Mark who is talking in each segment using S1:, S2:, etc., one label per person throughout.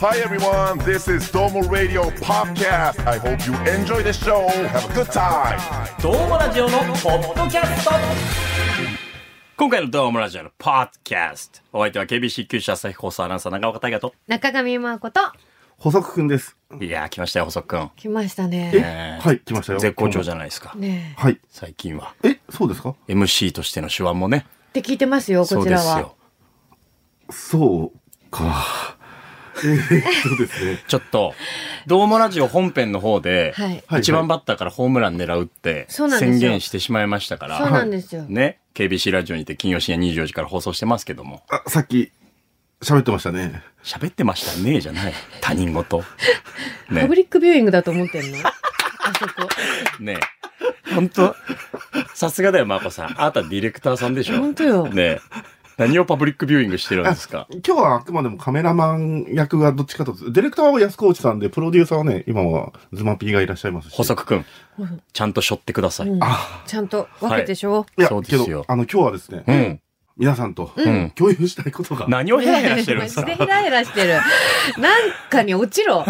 S1: Hi everyone, this is Domo Radio Podcast. I hope you enjoy the show. Have a good time.
S2: どうもラジオのポッドキャスト今回のどうもラジオのポッドキャストお相手は KBC 九州朝日放送アナウンサー長岡大和と
S3: 中上真子と
S4: 細くくんです。
S2: いやー来ましたよ細くん
S3: 来ました
S4: え、
S3: ね。
S2: ねえ
S4: はい、来ましたよ。
S2: 絶好調じゃないですか
S3: ねえ
S4: はい。
S2: 最近は
S4: え、そうですか
S2: MC としての手腕もね
S3: って聞いてますよ
S2: そ
S3: こ
S2: う
S3: ち
S2: で
S3: ら
S2: す
S3: は
S2: よ。
S4: そうか。えー、そうですね。
S2: ちょっとどうもラジオ本編の方で、
S3: はい
S4: はい
S2: 一番バッターからホームラン狙うって
S3: そうなんです
S2: 宣
S3: よ
S2: 言してしまいましたから
S3: そうなんですよ。
S2: ね KBC ラジオにて金曜深夜24時から放送してますけども
S4: あ、さっき、喋ってましたね。
S2: 喋ってましたねじゃない他人 事
S3: パブリックビューイングだと思ってんの。あそこ。
S2: ねえ。本当さすがだよ、まこさん。あなたディレクターさんでしょ。
S3: 本当よ
S2: ねえ。何をパブリックビューイングしてるんですか
S4: 今日はあくまでもカメラマン役がどっちかと、ディレクターは安河内さんで、プロデューサーはね、今はズマピーがいらっしゃいますし。
S2: 補足くん。ちゃんとしょってください。
S3: うん
S4: あ
S3: ちゃんと分けてしょ。
S4: いや、
S2: そうです
S4: け
S2: よ
S4: ど、あの、今日はですね、
S2: うん。
S4: 皆さんと、
S2: ん
S4: 共有したいことが、
S2: 何をヘラヘラしてるんです
S3: し
S2: か
S3: て ヘラヘラしてる。なんかに落ちろ。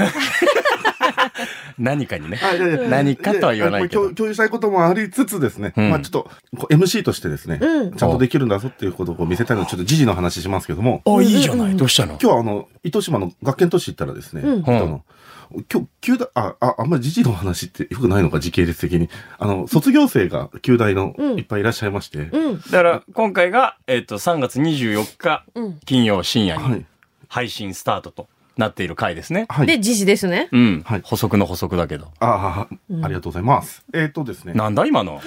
S2: 何かにね。
S4: あいやいや
S2: 何かとは言わないけど
S4: やこれ共共有したいこともありつつですね、
S2: うん
S4: まあちょっと、こう MC としてですね、
S3: うん
S4: ちゃんとできるんだぞっていうことをこう見せたいので、ちょっと時事の話しますけども、
S2: あ、いいじゃない。どうしたの
S4: 今日はあの、糸島の学研都市行ったらですね、
S3: うん
S4: あの、今日、旧大、あ、あ、あんまり時事の話ってよくないのか、時系列的に。あの、卒業生が旧大の
S3: うん
S4: いっぱいいらっしゃいまして、
S3: うん
S2: だから、今回が、えっと、3月24日、
S3: うん。
S2: 金曜深夜
S4: は
S2: に
S4: い。
S2: 配信スタートとなっている回ですね。
S4: はい。
S3: で時事ですね。
S2: うん
S4: はい。
S2: 補足の補足だけど。
S4: ああ、
S3: うん
S4: ありがとうございます。えっ、とですね。やっ
S2: なんだ今 の。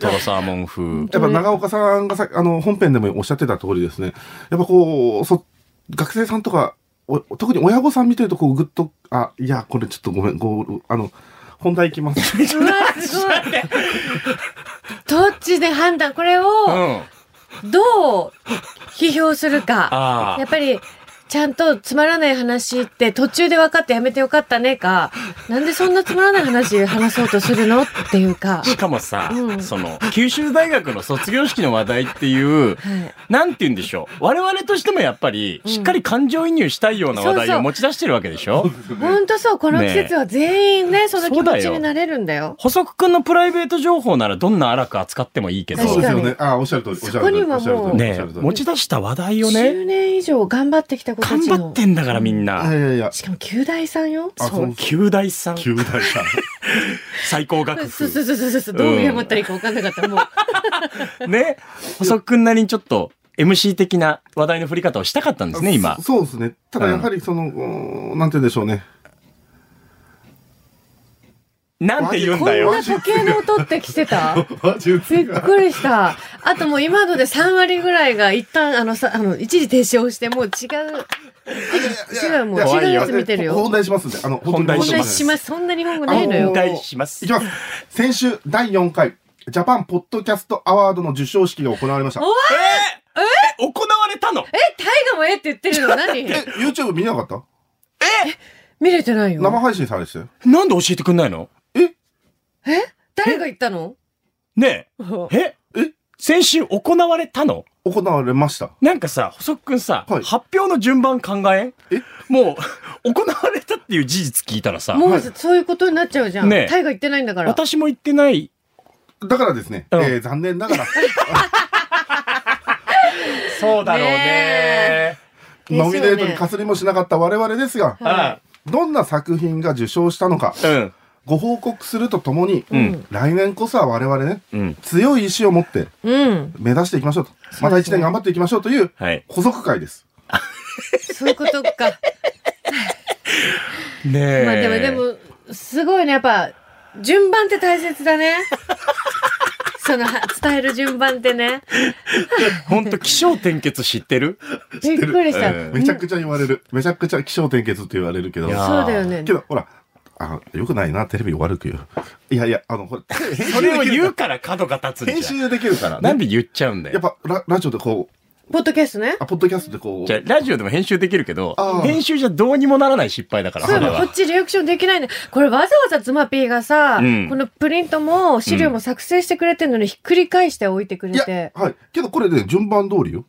S2: トロサーモン風。
S4: ぱ長岡さんがさ、あの、本編でもおっしゃってた通りですね。やっぱこう、そ、学生さんとか、お特に親御さん見てるとこう、ぐっと、あ、いや、これちょっとごめん、ご、あの、本題いきます。
S3: うわすごい。 どっちで判断これ
S2: う
S3: を
S2: ん。
S3: どう批評するか。
S2: あ
S3: やっぱり。ちゃんとつまらない話って途中で分かってやめてよかったねか、なんでそんなつまらない話話そうとするのっていうか。
S2: しかもさ、
S3: うん
S2: その、九州大学の卒業式の話題っていう、
S3: はい。
S2: なんて言うんでしょう。我々としてもやっぱり、
S3: うん
S2: しっかり感情移入したいような話
S3: そうそ
S2: 題
S3: う
S2: を持ち出してるわけでしょ
S3: ほんとそう、この季節は全員ね、その気
S2: そうだ
S3: 持ち
S2: よ
S3: になれるんだよ。
S2: 補足くんのプライベート情報ならどんな荒く扱ってもいいけど、
S3: 確
S4: そうです
S3: かに
S4: よね。ああ、おっしゃる通り、おっしゃる通
S3: そ
S4: り。
S3: こにはもう
S4: おっしゃる通りおっ
S2: ね
S4: しゃる通り
S2: 持ち出した話題をね、
S3: 10年以上頑張ってきた子た
S2: 頑
S3: ち
S2: 張っ
S3: の。
S2: てんだからみん
S4: あい
S2: な。
S4: やいや、
S3: しかも、九大さんよ。
S4: あ
S2: そ、
S4: そうう
S2: 九大さん、
S4: 九大さん。
S2: 最高
S3: そう
S2: 学
S3: そ
S2: 府。
S3: うそうそうそうそう、どう謝ったらいいか分かんなかった。もう、
S2: ね、補足くんなりにちょっと MC 的な話題の振り方をしたかったんですね、今
S4: そ。そうですね。ただやはりその、うーんなんて言うんでしょうね。
S2: なんて言うん
S3: こ
S2: だ
S3: ん
S2: よ
S3: な。時計の音って来てた
S4: 馬
S3: び
S4: 術
S3: っくりした。あともう今ので3割ぐらいが一旦、あのさ、あの、一時停止をして、もう違う、違う、もう
S2: 怖
S3: 違う
S2: いよ
S3: やつ見てるよ
S4: 本。題しますんで。あの、
S2: 本題
S3: 問
S4: 本当
S3: 題
S4: に
S3: します。そんな日本語ないのよ。
S2: 本題します
S4: いきます。先週、第4回、ジャパンポッドキャストアワードの授賞式が行われました。
S3: お
S2: えーえ行われたの
S3: え、タイガもえって言ってるの何
S4: え、YouTube 見なかった
S3: 見れてないよ。
S4: 生配信されてたよ。
S2: なんで教えてくんないの
S3: え誰が言ったの
S2: ねえ。え
S4: え
S2: 先週行われたの
S4: 行われました。
S2: なんかさ、細くんさ、
S4: はい
S2: 発表の順番考えん
S4: え
S2: もう、行われたっていう事実聞いたらさ、
S3: もうそういうことになっちゃうじゃん。
S2: ねえ
S3: タイが言ってないんだから。
S2: 私も行ってない。
S4: だからですね、え
S2: うん
S4: ー残念な がら、
S2: そう
S3: だろうね。ですよ
S4: ノ
S3: ね
S4: ミネートにかすりもしなかった我々ですが、
S2: は
S4: どんな作品が受賞したのか、
S2: い。うん。
S4: ご報告するとともに、
S2: ん
S4: 来年こそは我々ね、
S2: うん。
S4: 強い意志を持って
S3: うん。
S4: 目指していきましょうと。
S3: すね
S4: また一年頑張っていきましょうという
S2: はい。
S4: 補足会です。
S3: そういうことか。
S2: ねえ。
S3: まあでも、でも、すごいね。やっぱ、順番って大切だね。その、は伝える順番ってね。
S2: ほんと、気象転結知って る
S3: びっくりした。
S2: うん
S4: めちゃくちゃ言われる。めちゃくちゃ気象転結って言われるけど
S2: い。や
S3: そうだよね
S4: け。ど、ほら、あ、よくないな、テレビ悪く言う。いやいや、あの、ほら、
S2: それを言うから角が立つん
S4: 編
S2: じゃん。
S4: 集できるから、
S2: なんで言っちゃうんだ
S4: や
S2: よ。
S4: っぱラ、ラジオでこう、
S3: ポッドキャストね。
S4: あ、ポッドキャストでこう、
S2: じゃあラジオでも編集できるけど
S4: あ、ー
S2: 編集じゃどうにもならない失敗だから、
S3: そ
S2: そうれ
S3: こ
S2: は
S3: っ。ちリアクションできないね。これわざわざズマピーがさ、
S2: うん
S3: このプリントも資料も作成してくれてるのにひっくり返しておいてくれ
S4: い
S3: て
S4: や、。はい。けどこれね、順番通りよ。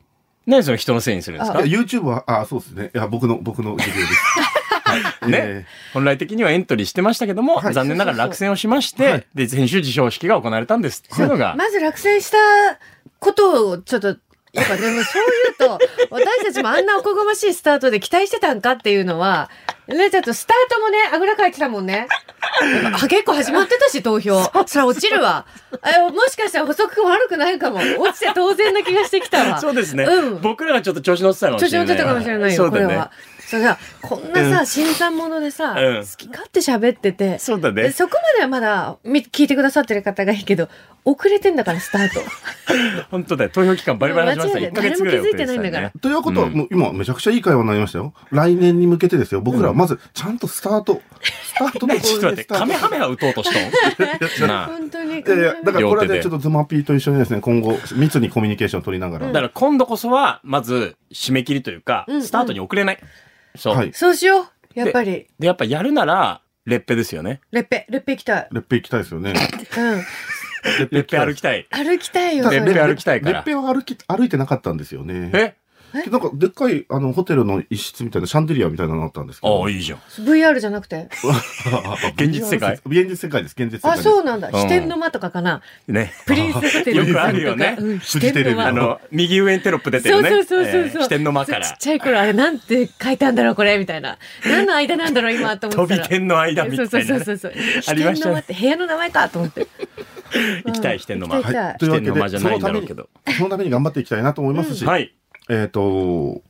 S2: 何その人のせいにするんです
S4: いや、
S2: か
S4: YouTube は、あ、そうですね。いや、僕の、僕の授業です。 はい
S2: ね、
S4: え
S2: 本来的にはエントリーしてましたけども、
S4: はい
S2: 残念ながら落選をしまして、
S4: はい
S2: で、先週授賞式が行われたんですっていうのが、
S3: まず落選したことをちょっと、やっぱでもそう 言うと、私たちもあんなおこがましいスタートで期待してたんかっていうのは、ね、ちょっとスタートもね、あぐらかいてたもんね。やっぱあ結構始まってたし、投票。そら落ちるわ。あもしかしたら補足君悪くないかも。落ちて当然な気がしてきたわ。
S2: そうですね、
S3: うん
S2: 僕らがちょっと調子乗ってたのかも
S3: 調
S2: し
S3: 子
S2: れない。
S3: 乗ってたかもしれない
S2: そ
S3: よ、
S2: う
S3: こ
S2: だ
S3: れ
S2: ね
S3: は。それが、こんなさ、新参者でさ、
S2: うん
S3: 好き勝手喋ってて、
S2: そうだ
S3: で
S2: ね。
S3: そこまではまだみ聞いてくださってる方がいいけど、遅れてんだから、スタート。
S2: 本当だよ。投票期間バリバリ始まってた。
S3: 間違い
S2: 1
S3: な
S2: ヶ
S3: い
S2: 月ぐらい遅れ
S3: 誰も気づいてないんだから
S2: てたよね。
S4: ということは、
S2: うん
S4: もう今、めちゃくちゃいい会話になりましたよ。来年に向けてですよ。僕らはまず、ちゃんとスタート。スタートの
S2: ね ちょっと待って、カメハメハ打とうとしたの なあ
S3: 本当に。
S4: いやいや、だからこ
S2: 両
S4: れ
S2: 手
S4: で
S2: で
S4: ちょっとズマピーと一緒にですね、今後、密にコミュニケーションを取りながら。
S2: だから今度こそは、まず、締め切りというか、
S3: うん
S2: スタートに遅れない。そう。
S4: はい。
S3: そうしよう。やっぱり、
S2: で、やっぱやるなら、レッペですよね。
S3: レッペ、レッペ行きたい。
S4: レッペ行きたいですよね。
S3: うん。
S2: レッペ歩きたい。
S3: 歩きたいよ、
S2: レッ
S3: そ
S2: ペ
S3: れ
S2: 歩きたいか
S4: レッ
S2: ら。
S4: ペは歩き、歩いてなかったんですよね。
S2: え
S4: なんか、でっかい、あの、ホテルの一室みたいな、シャンデリアみたいなのあったんですけ
S2: あ
S4: ど。
S2: あ、いいじゃん。
S3: VR じゃなくて。
S2: 現実世界
S4: 現実世界です、現実世界
S3: あ、
S4: です。
S3: そうなんだ。
S2: ん
S3: 飛天の間とかかな。
S2: ね。
S3: プリンスホテル
S2: よくあるよね
S3: うん
S4: フジテレビ
S2: あの、右上にテロップ出て
S3: そ
S2: る
S3: う
S2: ね。
S3: そうそうそうそう。
S2: えー支店の間か
S3: ちっ
S2: ら。
S3: ちゃい頃、あれなんて書いたんだろう、これ、みたいな。何の間なんだろう、今、と思
S2: 飛
S3: って
S2: び
S3: たら。
S2: 天の間みたいなね。
S3: そうそうそうそう。
S2: あ
S3: 支
S2: りま
S3: 店
S2: した
S3: の間っ
S2: ね。
S3: て部屋の名前か、と思って。
S2: 行きたい、支店の間。
S3: 行きたい
S4: というわ
S2: 来
S4: け
S2: てんの間じ
S4: で、
S2: ゃ
S4: そ
S2: ない
S4: の
S2: んだ
S4: た
S2: ろ
S4: め
S2: う
S4: に
S2: けど、
S4: そのために頑張っていきたいなと思いますし、
S2: はい。
S4: えっ、と、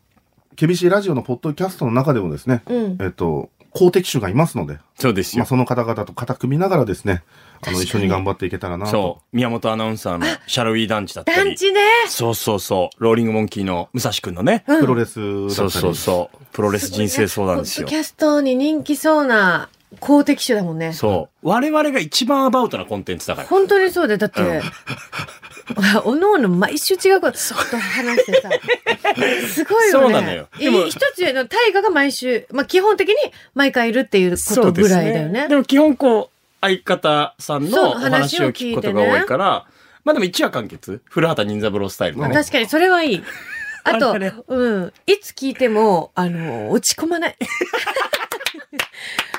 S4: 厳しいラジオのポッドキャストの中でもですね、
S3: うん
S4: えっ、と、公的種がいますので、
S2: そうです
S4: まあ、
S2: よ。
S4: その方々と肩組みながらですね、あ
S3: 確か
S4: の、
S3: に
S4: 一緒に頑張っていけたらなと。
S2: そう。宮本アナウンサーのシャロウィー団地だったり。
S3: 団地ね。
S2: そうそうそう。ローリングモンキーの武蔵くんのね。
S3: うん
S4: プロレスだったり、
S2: そうそうそう。プロレス人生相談ですよ
S3: ポッド。キャストに人気そうな公的種だもんね。
S2: そう。我々が一番アバウトなコンテンツだから。
S3: 本当にそうで、だって、 おのおの毎週違うこと、そっと話してさ。すごい
S2: そ
S3: よね。
S2: うなのよでも
S3: い一つ言えるのは、大河が毎週、まあ基本的に毎回いるっていうことぐらいだよね。
S2: でも基本こう、相方さんのお話を聞くことが多いから、まあでも一夜完結。古畑任三郎スタイルだね。
S3: 確かに、それはい い。あ
S2: あ
S3: と、
S2: れね
S3: うん。いつ聞いても、あの、落ち込 まない。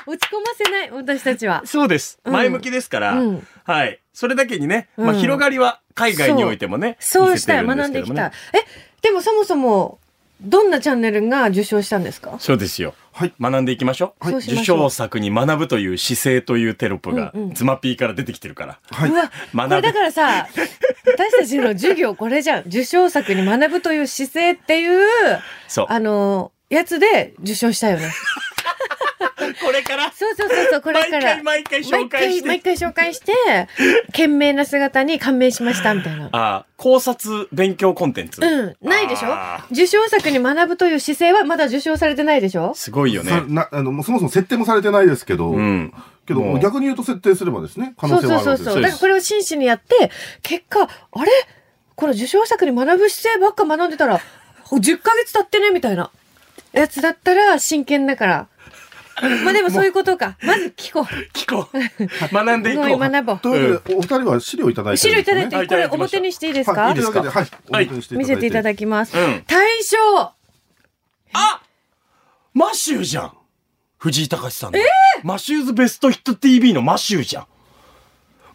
S3: 落ち込ませない、私たちは。
S2: そうです。
S3: うん
S2: 前向きですから、
S3: うん
S2: はい。それだけにね、まあ
S3: うん
S2: 広がりは海外においてもね、
S3: そう
S2: 見
S3: し
S2: せて
S3: た
S2: る
S3: い、
S2: です
S3: 学
S2: け
S3: んで
S2: ど
S3: き
S2: も
S3: た
S2: ね。。
S3: え、でもそもそも、どんなチャンネルが受賞したんですか
S2: そうですよ。
S4: はい。
S2: 学んでいきましょう。
S3: はいそうしま
S2: 受
S3: しょう
S2: 賞作に学ぶという姿勢というテロップが、
S3: うんうん。
S2: ズマピーから出てきてるから。
S4: はいう
S3: わ、こ
S2: 学ぶ
S3: れだからさ、私たちの授業これじゃん。 受賞作に学ぶという姿勢っていう、
S2: そう。
S3: あの、やつで受賞したよね。
S2: これから、
S3: そうそうそうそう、これから。
S2: 毎回毎回紹介して
S3: 毎回、毎回紹介して、懸命な姿に感銘しました、みたいな。
S2: あー考察勉強コンテンツ。
S3: うん、ないでしょ
S2: あー
S3: 受賞作に学ぶという姿勢はまだ受賞されてないでしょ
S2: すごいよ
S4: さ
S2: ね。
S4: なあのもうそもそも設定もされてないですけど、
S2: うん。
S4: けど
S2: もう
S4: 逆に言うと設定すればですね、可
S3: そ
S4: 能
S3: う
S4: 性
S3: そう
S4: はある
S3: そ
S4: わ
S3: う
S4: けで
S3: そ
S4: す
S3: う。
S2: そう
S3: だ
S2: で
S3: か
S2: す
S3: らこれを真摯にやって、結果、あれこの受賞作に学ぶ姿勢ばっか学んでたら、10ヶ月経ってねみたいな。やつだったら真剣だから。まあでもそういうことか。まず聞こう。
S2: 聞こう。学んでいこ
S3: ごめ
S2: う。
S3: ん学ぼう。
S4: というわけで、お二人は資料いただいて
S3: 資
S4: る
S3: 料
S4: ん
S3: い
S4: です
S3: ただ
S4: ね
S3: い
S2: は
S3: て、
S2: い
S3: これ
S2: いただきました
S3: 表にしていいですか
S4: はい、というわけで、はい、
S2: はい
S4: お見せていただいて。
S3: 見せていただきます
S2: うん。
S3: 大賞
S2: あマシューじゃん藤井隆さんの。マシューズベストヒット TV のマシューじゃん。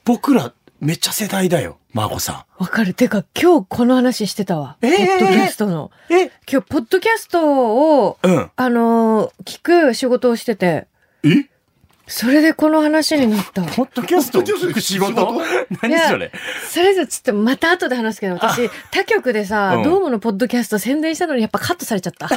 S2: 僕ら、めっちゃ世代だよ、マーコさ
S3: わかる。てか、今日この話してたわ。
S2: えー
S3: ポッドキャストの。
S2: ん。え
S3: 今日、ポッドキャストを、
S2: うん。
S3: あのー聞く仕事をしてて、
S2: え
S3: それでこの話になった。
S2: ポッドキャストを聞く仕事
S4: ポッドキャ
S2: 何それ
S3: それじゃちょっとまた後で話すけど、私、他局でさ、
S2: うん
S3: ドームのポッドキャスト宣伝したのにやっぱカットされちゃった。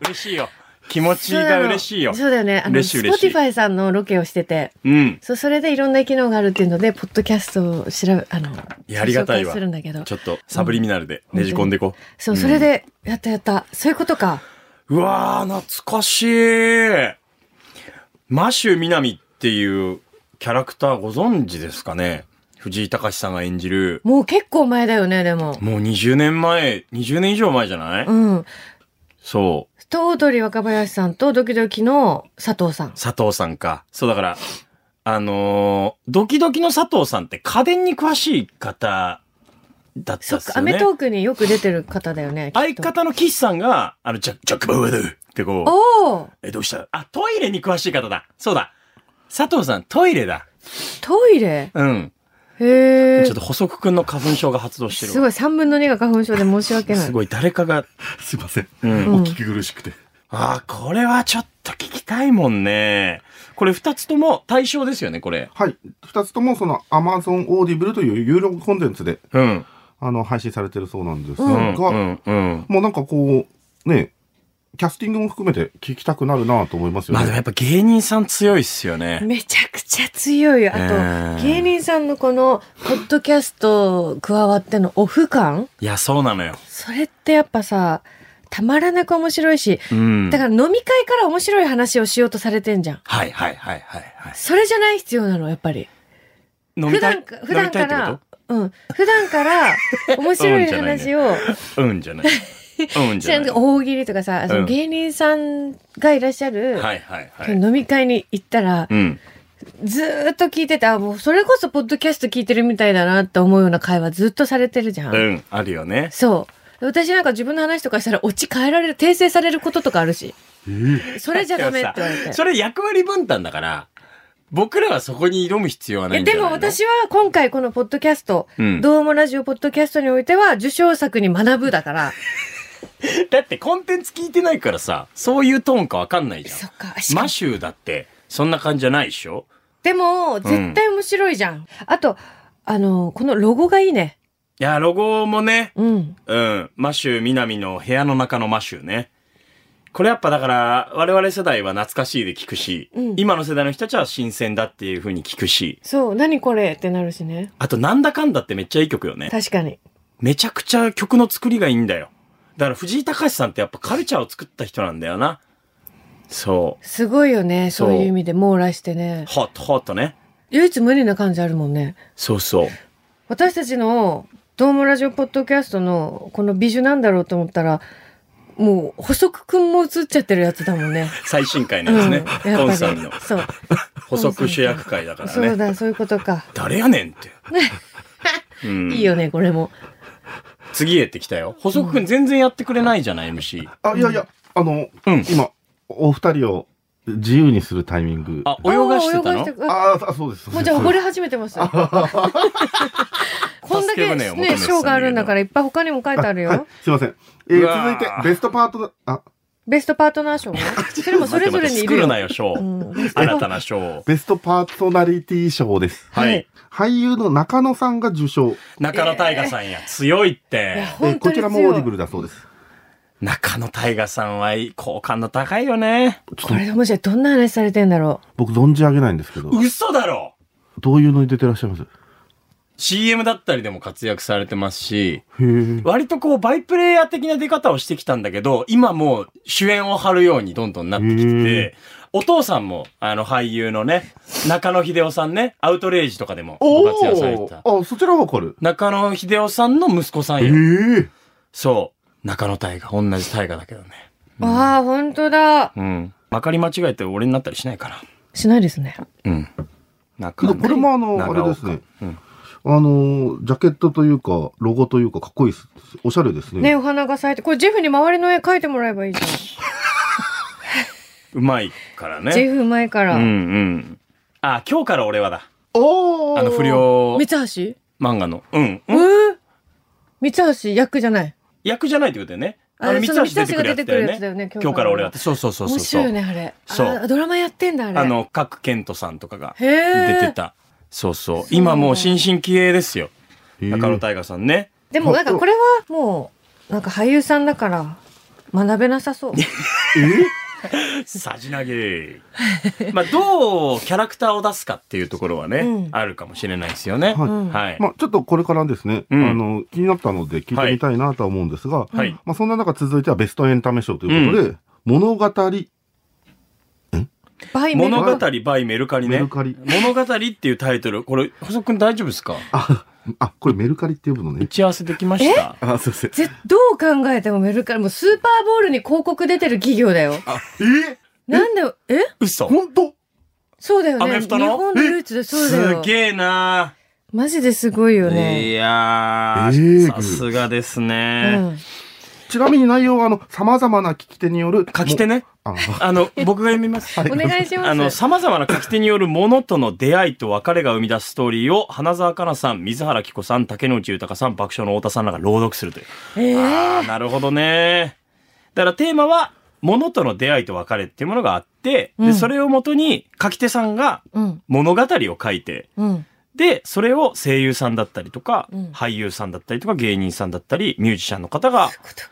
S2: 嬉しいよ。気持ちが嬉しいよ。
S3: そうだよね。あの、
S2: 嬉しい
S3: ス
S2: 嬉
S3: ポ
S2: し
S3: テ
S2: い
S3: ィファイさんのロケをしてて、
S2: うん。
S3: そう、それでいろんな機能があるっていうので、ポッドキャストを調べ、あの、
S2: いやありがたいわ
S3: 紹介するんだけど
S2: ち。ょっと、サブリミナルでねじ込んでいこ
S3: そう、それで、やったやった。そういうことか。
S2: う。うわー、懐かしい。マシュー・ミナミっていうキャラクターご存知ですかね藤井隆さんが演じる。
S3: もう結構前だよね、でも。
S2: もう20年前、20年以上前じゃない、
S3: うん。
S2: そう。
S3: と、オードリー若林さんとドキドキの佐藤さん。
S2: 佐藤さんか。そうだから、あのードキドキの佐藤さんって家電に詳しい方だった
S3: そ
S2: っ
S3: っ
S2: す
S3: か、
S2: よ
S3: ア
S2: ね。
S3: メトークによく出てる方だよね。きっ
S2: 相
S3: と。
S2: 方の岸さんが、あの、ジャジャック・バウアドゥってこう、
S3: おお
S2: え、どうしたあ、トイレに詳しい方だ。そうだ。佐藤さん、トイレだ。
S3: トイレ
S2: うん。
S3: へえ
S2: ちょっ。と補足くんの花粉症が発動してる
S3: すご
S2: わ。
S3: い、3分の2が花粉症で申し訳ない。
S2: すごい、誰かが、
S4: すいません。
S2: うん
S4: お聞き苦しくて。
S2: ああ、これはちょっと聞きたいもんね。これ二つとも対象ですよね、これ。
S4: はい。二つともその Amazon Audible という有料コンテンツで、
S2: うん。
S4: あの、配信されてるそうなんです
S2: う
S4: が、
S2: ん。うん。うん。
S4: もうなんかこう、ね、キャスティングも含めて聞きたくなるなと思いますよ
S2: まあ
S4: ね。
S2: でもやっぱ芸人さん強いっすよね。
S3: めちゃくちゃ強いよ。
S2: え
S3: あ
S2: ー
S3: と、芸人さんのこの、ポッドキャスト加わってのオフ感
S2: いや、そうなのよ。
S3: それってやっぱさ、たまらなく面白いし、
S2: うん。
S3: だから飲み会から面白い話をしようとされてんじゃん。
S2: はいはいはいはいはい。
S3: それじゃない必要なの、やっぱり。
S2: 飲
S3: 普
S2: みた
S3: 段
S2: い、
S3: か、普段か
S2: 飲み
S3: ら、うん。普段から、面白い話を、
S2: たいってことうんじゃ ない。うん
S3: 知
S2: じゃ
S3: ら
S2: なんい。
S3: けど大喜利とかさ、その
S2: うん
S3: 芸人さんがいらっしゃる、
S2: はいはいはい。
S3: 飲み会に行ったら、
S2: うん。
S3: ずーっと聞いてて、あ、もうそれこそポッドキャスト聞いてるみたいだなって思うような会話ずっとされてるじゃん。
S2: うん。あるよね。
S3: そう。私なんか自分の話とかしたら、オチ変えられる、訂正されることとかあるし。それじゃダメって言われ
S2: でも
S3: て
S2: さ。それ役割分担だから、僕らはそこに挑む必要はない
S3: え
S2: んじゃ
S3: で
S2: ないの
S3: も私は今回このポッドキャスト、
S2: うん
S3: どうもラジオポッドキャストにおいては受賞作に学ぶだから、
S2: だってコンテンツ聞いてないからさ、そういうトーンかわかんないじゃ
S3: そ
S2: ん。
S3: っか、しかも
S2: マシューだって、そんな感じじゃないでしょ
S3: でも、絶対面白いじゃん。あと、あの、このロゴがいいね。
S2: いや、ロゴもね、
S3: うん。
S2: うん。マシュー、南の部屋の中のマシューね。これやっぱだから、我々世代は懐かしいで聞くし、
S3: うん
S2: 今の世代の人たちは新鮮だっていう風に聞くし、
S3: そう、何これってなるしね。
S2: あとなんだかんだってめっちゃいい曲よね。
S3: 確かに。
S2: めちゃくちゃ曲の作りがいいんだよ。だから藤井隆さんってやっぱカルチャーを作った人なんだよな。そう。
S3: すごいよね、
S2: そ
S3: そうういう意味で網羅してね。
S2: ホットホットね。
S3: 唯一無二な感じあるもんね。
S2: そうそう。
S3: 私たちの、どうもラジオポッドキャストの、この美女なんだろうと思ったら、もう、補足くんも映っちゃってるやつだもんね。
S2: 最新回な
S3: うん
S2: で
S3: ん、
S2: す
S3: や
S2: ね。
S3: っぱ
S2: コン
S3: り
S2: さんの
S3: そう。
S2: 補足主役会だから
S3: そう
S2: ね。
S3: だ、そういうことか。
S2: 誰やねんって。うん
S3: いいよね、これも。
S2: 次へってきたよ。補足くん全然やってくれないじゃない、MC。
S4: あ、いやいや、あの、
S2: うん
S4: 今、お二人を自由にするタイミング。
S2: あ、泳がしてた
S3: あ
S2: の
S3: 泳がくあ
S4: ああ、そうです。
S3: もうじゃあ溺れ始めてますよ。こんだ
S2: 助け
S3: け
S2: 舟
S3: ね
S2: を求めてたんだけ、ど
S3: 賞があるんだからいっぱい他にも書いてある
S4: はい
S3: よ。、
S4: すいません。えー
S2: うわー
S4: 続いて、ベストパートナー、あ、
S3: ベストパートナー賞ね。 それもそれぞれにい
S2: 作
S3: る
S2: る
S3: よ。
S2: なよ、賞。
S3: うん
S2: 新たな賞。
S4: ベストパーソナリティ賞です。
S2: は
S3: はいい。
S4: 俳優の中野さんが受賞。
S2: 中野大河さんや。強いって
S3: いや。
S4: え
S3: 本
S4: ー
S3: 当
S4: こ
S3: に
S4: ちらも
S3: 強
S4: オーディブ
S3: い。
S4: ルだそうです。
S2: 中野大河さんは好感度高いよね。
S4: ち
S3: こ
S4: ょっと
S3: れでもしかしてどんな話されてんだろ
S4: 僕存じ上げないんですけど、
S2: 嘘だろ
S4: どういうのに出てらっしゃいますへ
S2: CM だったりでも活躍されてますし、
S4: え。
S2: 割とこうバイプレイヤー的な出方をしてきたんだけど、今もう主演を張るようにどんどんなってきてて、お父さんもあの俳優のね、中野秀夫さんね、アウトレイジとかでもご活躍されてた。
S4: おーあ、そちらはわかる。
S2: 中野秀夫さんの息子さ
S4: へ
S2: んよ。
S4: え。
S2: そう。中野大河、同じ大河だけどね。
S3: う。ああ、本当だ。
S2: うん。まかり間違えて俺になったりしないから。
S3: しないですね。
S2: うん。中
S4: で
S2: 野
S4: これもあの、あ
S2: 長
S4: れ
S2: 岡
S4: ですね。
S2: うん
S4: あの、ジャケットというか、ロゴというか、かっこいいです。おしゃれですね。
S3: ね、お花が咲いて。これジェフに周りの絵描いてもらえばいいじゃ
S2: うまいから
S3: ん。ジェ
S2: ね。
S3: フうまいか
S2: うんう
S3: ら。
S2: ん。あ、今日から俺はだ。
S4: おー
S2: あの不。良
S3: 三橋
S2: 漫画の。うん。
S3: うー三橋役じゃない。
S2: 役じゃないってことだよね。
S3: あ
S2: の、
S3: そ
S2: 三
S3: う
S2: 橋出てくるやつだよ
S3: 三橋が出てくるやつだよ
S2: ね
S3: ね。
S2: 今日から俺はって。そうそうそうそ
S3: 面
S2: うそ
S3: 白いよね、
S2: う。
S3: あれ。
S2: そう
S3: あードラマやってんだ、あれ。
S2: あの、賀来賢人さんとかが
S3: へー
S2: 出てた。そうそう。今もう新進気鋭ですよ。
S4: へー
S2: 中野大河さんね。
S3: でもなんかこれはもうなんか俳優さんだから学べなさそう。
S2: さじ投げ。まあ、どうキャラクターを出すかっていうところは
S3: う
S2: ね、
S3: ん
S2: あるかもしれないですよね。
S4: はい
S3: うん
S2: はい。
S4: まあ、ちょっとこれからですね、
S2: うん
S4: あの、気になったので聞いてみたいなとは思うんですが、
S2: はい
S4: まあ、そんな中続いてはベストエンタメ賞ということで、物語、
S3: バイメ
S2: 物
S3: ロ
S2: 語 by メルカリね。
S4: メルカリ
S2: 物語っていうタイトル。これ、細くん大丈夫ですか
S4: あ、あ、これメルカリって呼ぶの
S2: 打
S4: ね。
S2: ち合わせできました
S4: あ、すいません。
S3: ぜどう考えてもメルカリもうスーパーボールに広告出てる企業だよ。
S4: え
S3: なんでえ
S2: 嘘
S4: 本当
S3: そうだよ
S2: アメ
S3: ね。
S2: フ
S3: 日
S2: トの
S3: 本のルーツでそうだよ
S2: す。げえな
S3: マジですごいよ
S2: い
S3: ね。
S2: や
S4: え
S2: ー、
S4: ー
S2: さすがです
S3: う
S2: ね。
S3: ん。
S4: ちなみに内容は、あの、様々な聞き手による。
S2: 書き手
S4: ね。
S2: ね。
S4: あ
S2: あの、僕が読みます。
S3: お願いし
S2: あ
S3: ま
S2: の、
S3: す。
S2: 様々な書き手によるものとの出会いと別れが生み出すストーリーを、花澤香菜さん、水原希子さん、竹野内豊さん、爆笑の太田さんらが朗読するという。
S3: ええ
S2: あーなるほどね。だからテーマは、ものとの出会いと別れっていうものがあって、
S3: う
S2: で、
S3: ん
S2: それをもとに書き手さんが
S3: うん。
S2: 物語を書いて、
S3: うん。
S2: で、それを声優さんだったりとか、
S3: うん
S2: 俳優さんだったりとか、芸人さんだったり、ミュージシャンの方が、
S3: ことか。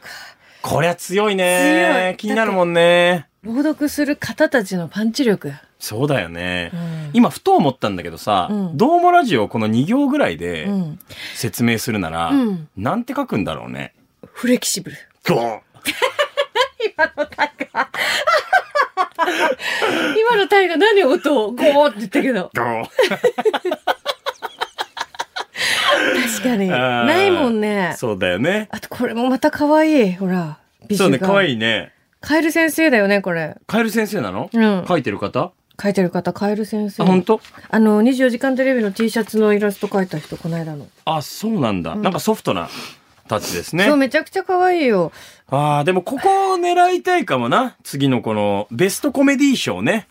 S2: こりゃ強いね
S3: 強い
S2: 気になるもんね。
S3: 朗読する方たちのパンチ力。
S2: そうだよね。
S3: うん
S2: 今、ふと思ったんだけどさ、
S3: うん
S2: どうもラジオをこの2行ぐらいで
S3: うん。
S2: 説明するなら、
S3: うん
S2: なんて書くんだろうね。
S3: フレキシブル。
S2: ゴーン
S3: 今のタイガ今のタイガ何音をゴーって言ったけど。
S2: ゴーン
S3: 確かに。
S2: あー
S3: ないもんね。
S2: そうだよね。
S3: あとこれもまた可愛い。ほら。美
S2: そう
S3: 女
S2: ね、
S3: が。
S2: 可愛いね。
S3: カエル先生だよね、これ。
S2: カエル先生なの、
S3: うん
S2: 書いてる方
S3: 書いてる方、カエル先生。
S2: あ、本当
S3: あの、24時間テレビの T シャツのイラスト描いた人、この間の。
S2: あ、そうなんだ、なんかソフトなタッチですね
S3: そう、。めちゃくちゃ可愛いよ。
S2: ああ、でもここを狙いたいかもな。次のこの、ベストコメディー賞ね。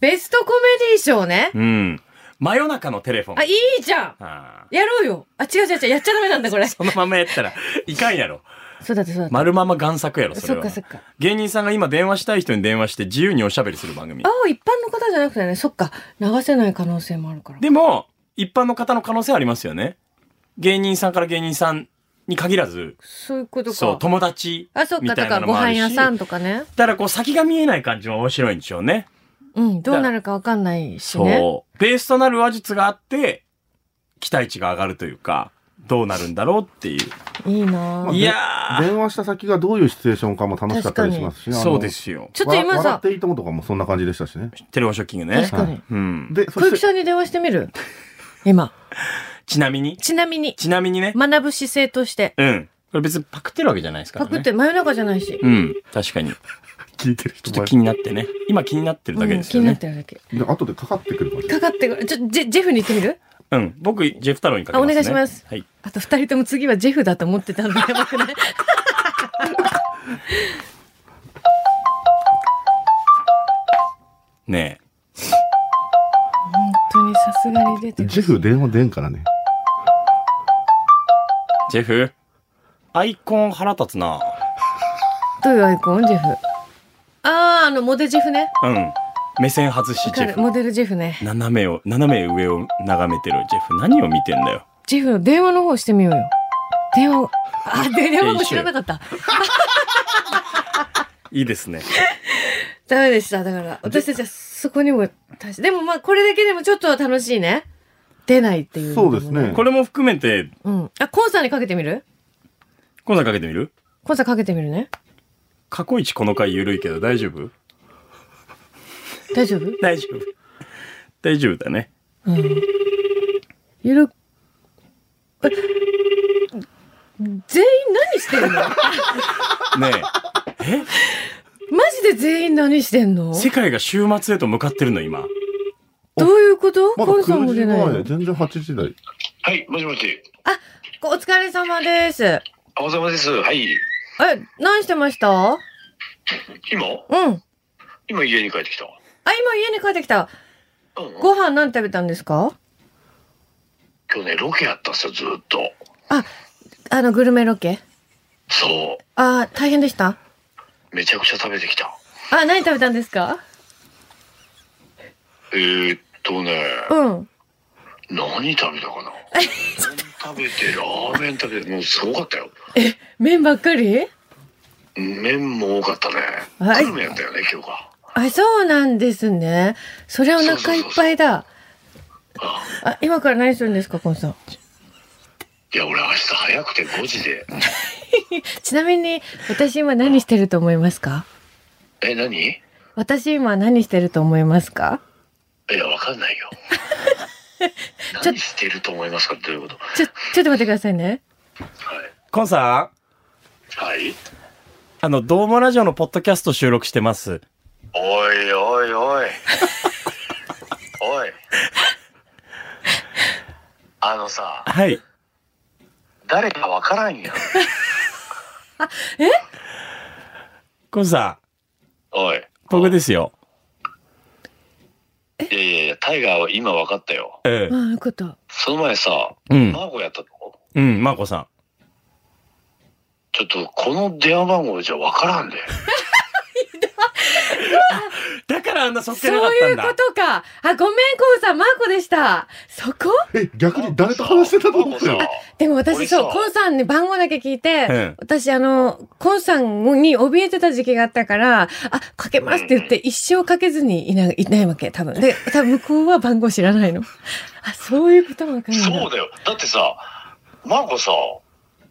S3: ベストコメディ賞ね。
S2: うん。真夜中のテレフォン。
S3: あ、いいじゃん
S2: あー
S3: やろうよあ、違う違う違う、やっちゃダメなんだ、これ。そ
S2: このままやったら、いかんやろ。
S3: うだってそうだって。
S2: 丸まま贋作やろ、そ
S3: そ
S2: れ
S3: っ
S2: は
S3: か。そっか。
S2: 芸人さんが今電話したい人に電話して自由におしゃべりする番組
S3: あ。あ、一般の方じゃなくてね、そっか、流せない可能性もあるから。
S2: でも、一般の方の可能性ありますよね。芸人さんから芸人さんに限らず、
S3: そういうことか。
S2: そう、友達
S3: あ、そっ
S2: み
S3: か、
S2: た
S3: と
S2: いな
S3: か、
S2: の
S3: ご
S2: もあ
S3: 飯
S2: るし。
S3: 屋さんとかね。
S2: だからこう先が見えない感じも面白いんでしょうね。
S3: うん、どうなるかわかんないし
S2: そう。
S3: ね。
S2: ベースとなる話術があって、期待値が上がるというか、どうなるんだろうっていう。
S3: いいなあ
S2: いやー、
S4: 電話した先がどういうシチュエーションかも楽しかったりしますし。あの
S2: そうで。すよ。
S3: ちょっと今
S4: わ笑
S3: さ
S4: っ、ていいともとかもそんな感じでしたしね。
S2: テレフォンショッキングね
S3: 確。かに
S4: は。
S2: うん。
S4: で、そ
S3: 小雪
S4: して、
S3: さんに電話してみる今。
S2: ちなみに、
S3: ちなみに、
S2: ちなみにね、
S3: 学ぶ姿勢として。
S2: うん。これ別にパクってるわけじゃないですから
S3: パ
S2: ね。
S3: クって真夜中じゃないし。
S2: うん、確かに。
S4: 聞いてる
S2: ちょ
S4: 人
S2: っ
S4: も
S2: と
S4: い
S2: 気になってね。今気になってるだけ
S3: う
S2: で
S3: ん
S2: す
S3: 気
S2: よ
S3: になっ
S2: ね。
S3: てるだけ。
S4: る。で、後でかかってくる感じ。
S3: かかってくる。ちょ、ジェジェフに行ってみる
S2: うん。僕、ジェフ太郎にかけます、ね。
S3: あお願いします
S2: はい。
S3: あと二人とも次はジェフだと思ってたんだやばくない
S2: ねえ。
S3: 本当にさすがに出てる。
S4: ジェフ電話出んからね。
S2: ジェフ、アイコン腹立つな。
S3: どういうアイコンジェフ。あー、あの、モデジェフね。
S2: うん。目線外しジ
S3: わか
S2: ェ
S3: る。
S2: フ。
S3: モデルジェフね。
S2: 斜めを、斜め上を眺めてるジェフ。何を見てんだよ。
S3: ジェフの電話の方してみようよ。電話を。あ、で電話も知らなかった。
S2: いいですね。
S3: ダメでした。だから、私たちはそこにも対して、でもまあ、これだけでもちょっとは楽しいね。出ないっていうのも。
S4: そうですね
S2: これも含めて、
S3: うん。あ、コンサーにかけてみる
S2: コンサーかけてみる
S3: コンサーかけてみるね。
S2: 過去一この回緩いけど大丈夫
S3: 大丈夫
S2: 大丈夫。大丈夫だね。
S3: ゆる、え全員何してんの マ
S2: ね
S3: ジで全員何してんの
S2: え、世界が週末へと向かってるの、今。
S3: どういうこと
S4: まだ
S3: コンさん
S4: 9
S3: も
S4: 時
S3: 出ない
S4: 前、
S3: の
S4: 全然8時台。
S5: はい、もしもし。
S3: あ、お疲れ様です。え、
S5: あおざまです。はい。
S3: 何してましたうん。
S5: 今
S3: あ、今
S5: 今家に帰ってきた。
S3: 家に帰ってきた。
S5: うんうん。
S3: ご飯何食べたんですか
S5: 今日ね、ロケやったんですよ、ずーっと。
S3: あ、あの、グルメロケ。
S5: そ
S3: あ、大変でした
S5: う。めちゃくちゃ食べてきた。
S3: あ、何食べたんですか
S5: えー、っとね、
S3: うん。
S5: 何食べたかな食べて、ラーメン食べて、もうすごかったよ。
S3: 麺ばっかり
S5: 麺も多かったね。
S3: はい
S5: グルメやったよね、今日が。
S3: あ、そうなんですね。それはお腹いっぱいだ。あ、今から何するんですか、コンさん。
S5: いや、俺明日早くて5時で。
S3: ちなみに、私今何してると思いますか
S5: え、何い
S3: 私今何してると思いますか
S5: や、わか んないよ。
S3: ちょ
S5: 何してると思いますかどういうこと
S3: ちょ、ちょっと待ってくださいね。
S2: コンさん
S5: はい。
S2: あの、どうもラジオのポッドキャスト収録してます。
S5: おいお いおいおいあのさ、
S2: はい。
S5: 誰かわからんやん。
S2: コンさ
S5: おい。
S2: ん、僕ですよ。
S5: いやいやいや、タイガーは今わかったよ。
S2: ええ
S3: ああ、よかった。
S5: その前さ、
S2: うん
S5: マーゴやったとこ
S2: うん、マーコさ
S5: ちょっと、この電話番号じゃわからんで。
S2: ん。だからあんなそっ
S3: そ
S2: け
S3: う
S2: なかっ
S3: い
S2: た
S3: うんこ
S2: だ。
S3: とか。あ、ごめん、コンさん、マーコでした。そこ
S4: え、逆に誰と話してたと思って
S5: マー
S4: よ
S5: ゴさ。
S3: でも私、そ
S5: 俺
S3: う、
S5: さ
S3: コンさんに番号だけ聞いて、
S2: うん
S3: 私、あの、コンさんに怯えてた時期があったから、あ、かけますって言って、一生かけずにいないいないわけ、多分。で、多分向こうは番号知らないの。あ、そういうこともわかるん
S5: そう
S3: だ。
S5: だよ。だってさ、マーゴさ、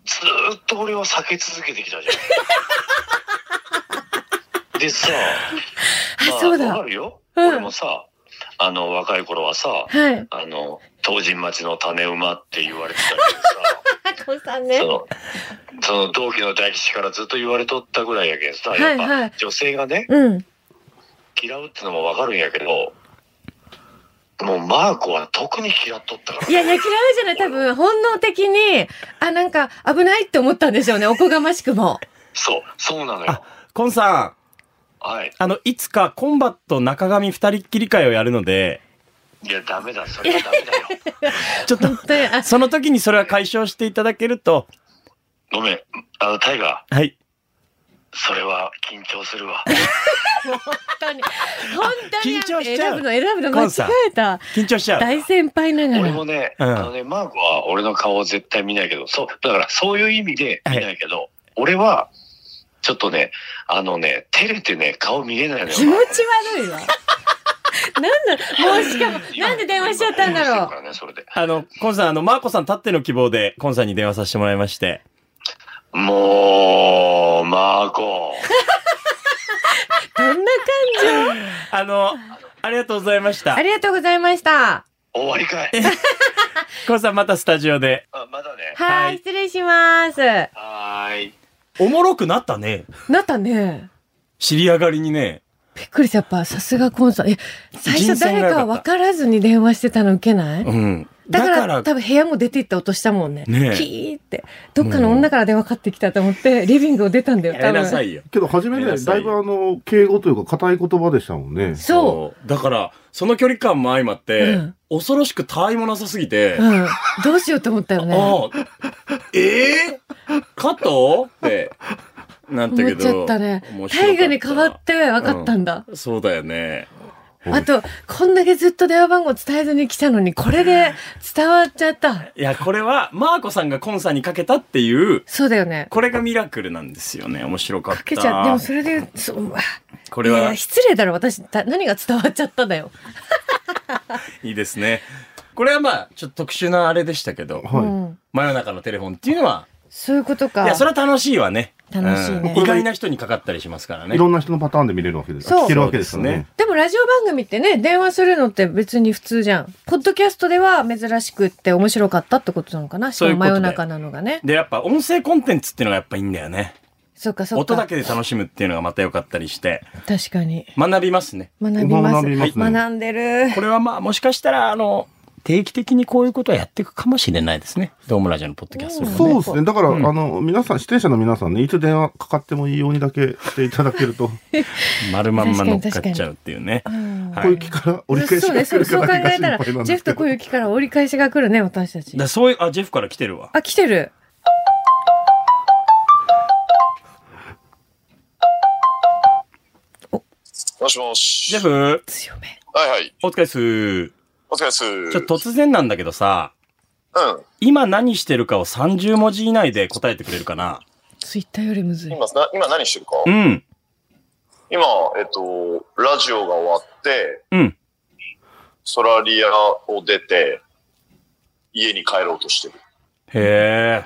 S5: ずーっと俺は避け続けてきたじ ゃん。でさ、
S3: あ、そう
S5: わか
S3: だ。
S5: るよ。
S3: うん
S5: 俺もさ、あの、若い頃はさ、
S3: はい。
S5: あの、東神町の種馬って言われてた け
S3: コンさん
S5: ど
S3: ね
S5: さ、そ。の、その同期の大吉からずっと言われとったぐらいやけんさ、
S3: はい
S5: やっ
S3: はい
S5: ぱ女性がね、
S3: うん。
S5: 嫌うってのもわかるんやけど、もうマーコは特に嫌っとったから。
S3: いやいや、嫌いじゃない。多分、本能的に、あ、なんか、危ないって思ったんでしょうね。おこがましくも。
S5: そう、そうなのよ。
S2: コンさん、
S5: はい。
S2: あの、いつかコンバット中上二人っきり会をやるので、
S5: いや、ダメだ、それはダメだよ。
S2: ちょっと、
S3: で、あ、
S2: その時にそれは解消していただけると、
S5: ごめん、あの、タイガー、
S2: はい。
S5: それは緊張するわ。
S3: 本当に。本当に。
S2: 緊張しちゃう
S3: 選ぶの、選ぶの
S2: コ
S3: 間
S2: ンさ
S3: 違
S2: ん
S3: えた。
S2: 緊張しちゃう。
S3: 大先輩なが
S5: 俺
S3: ら
S5: も。ね、
S2: うん
S5: あのね、マークは俺の顔を絶対見ないけど、そう、だからそういう意味で見ないけど、俺は、ちょっとね、あのね、照れてね、顔見れないのよ。
S3: 気持ち悪いわ。なんだ、もうしかも、なんで電話しちゃったんだ ろう。
S5: う。ね、それで。
S2: あの、コンさん、あの、マーコさんたっての希望で、コンさんに電話させてもらいまして。
S5: もう、マーコ。
S3: どんな感情
S2: あの、ありがとうございました
S3: あ。りがとうございました。
S5: 終わりかい。
S2: コンさん、またスタジオで。
S5: あまだね。
S2: は
S3: はいい、失礼します。な
S5: はーい。
S2: おもろくなったね。
S3: ったね。
S2: 知り上がりにね。
S3: びっくりした。やっぱ、さすがコンさん。え、最
S2: 人
S3: 初
S2: 選が良か
S3: 誰
S2: った
S3: か分からずに電話してたの受けない
S2: うん。
S3: だから
S2: だか
S3: 多分部屋も出て行って落としたもんね。
S2: ねえ
S3: キーって。どっかの女から電話かかってきたと思って、リビングを出たんだよ、
S2: ら、や
S3: 多
S2: めなさ
S3: 分。
S2: いよ。
S4: けど、初
S2: ご
S4: め
S2: めん
S4: ね、
S2: なさ
S4: だ
S2: い。
S4: いぶあの、敬語というか、硬い言葉でしたもんね。
S3: そう
S2: だから、その距離感も相まって、
S3: うん
S2: 恐ろしく他愛もなさすぎて、
S3: う。うん。どうしようと思ったよ ね。
S2: ああ、えー、加藤って、なんて
S3: 思
S2: け
S3: っちゃ
S2: ど。
S3: ったね
S2: 面。白か
S3: 大河に変わって分かったんだ。
S2: そうだよね。
S3: あと、こんだけずっと電話番号伝えずに来たのに、これで伝わっちゃった。
S2: いや、これは、マーコさんがコンさんにかけたっていう、
S3: そうだよね。
S2: これがミラクルなんですよね。面白かった。
S3: かけちゃって、でもそれで、そう、うわ
S2: こ
S3: い
S2: れは
S3: や、失礼だろ、私、た何が伝わっちゃっただよ。
S2: いいですね。これはまあ、ちょっと特殊なあれでしたけど、
S4: は
S3: う
S4: い。
S3: ん。
S2: 真夜中のテレフォンっていうのは、
S3: そういうこと
S2: い
S3: か。
S2: や、それは楽しいわね。
S3: 楽しいね
S2: うん意外な人にかかったりしますからね
S4: い。ろんな人のパターンで見れるわけです。
S3: そう
S4: 聞けるわけですよね。
S3: でもラジオ番組ってね、電話するのって別に普通じゃん。ポッドキャストでは珍しくって面白かったってことなのかなし
S2: そう
S3: か
S2: いう
S3: も
S2: こと
S3: 真
S2: だよ
S3: 夜中なのがね。
S2: で、やっぱ音声コンテンツっていうのがやっぱいいんだよね。
S3: そっかそっか。
S2: 音だけで楽しむっていうのがまた良かったりして、
S3: 確かに。
S2: 学びますね。
S3: 学びます。
S4: 学びますね
S3: 学んでる。
S2: これはまあ、もしかしたら、あの、定期的にこういうことはやっていくかもしれないですね。ドームラジオのポッドキャストもね。
S4: そうですね。だから、あの、皆さん、出演者の皆さんね、いつ電話かかってもいいようにだけしていただけると、こ
S2: 丸まんま乗っかっちゃうっていうね。は
S4: ういう気から折り返し
S3: そう
S4: が
S3: ね、
S4: 来
S3: そう
S4: るか
S3: そう考
S4: らが
S3: え
S4: 心
S3: たら、
S4: 配なん
S3: ジェ
S4: で
S3: フ
S4: すけ
S3: と
S4: ど
S3: 小。雪から折り返しが来るね、私たち
S2: だ。そういう、あ、ジェフから来てるわ。
S3: あ、来てる。
S6: もしもし。
S2: ジェフ、
S3: 強め。
S6: はいはい。
S2: お疲れっす。
S6: お疲れっす。
S2: ちょっと突然なんだけどさ、
S6: うん。
S2: 今何してるかを30文字以内で答えてくれるかな
S3: ツイッターよりむずい。
S6: 今な、今何してるか
S2: うん。
S6: 今、えっと、ラジオが終わって、
S2: うん。
S6: ソラリアを出て、家に帰ろうとしてる。
S2: へえ。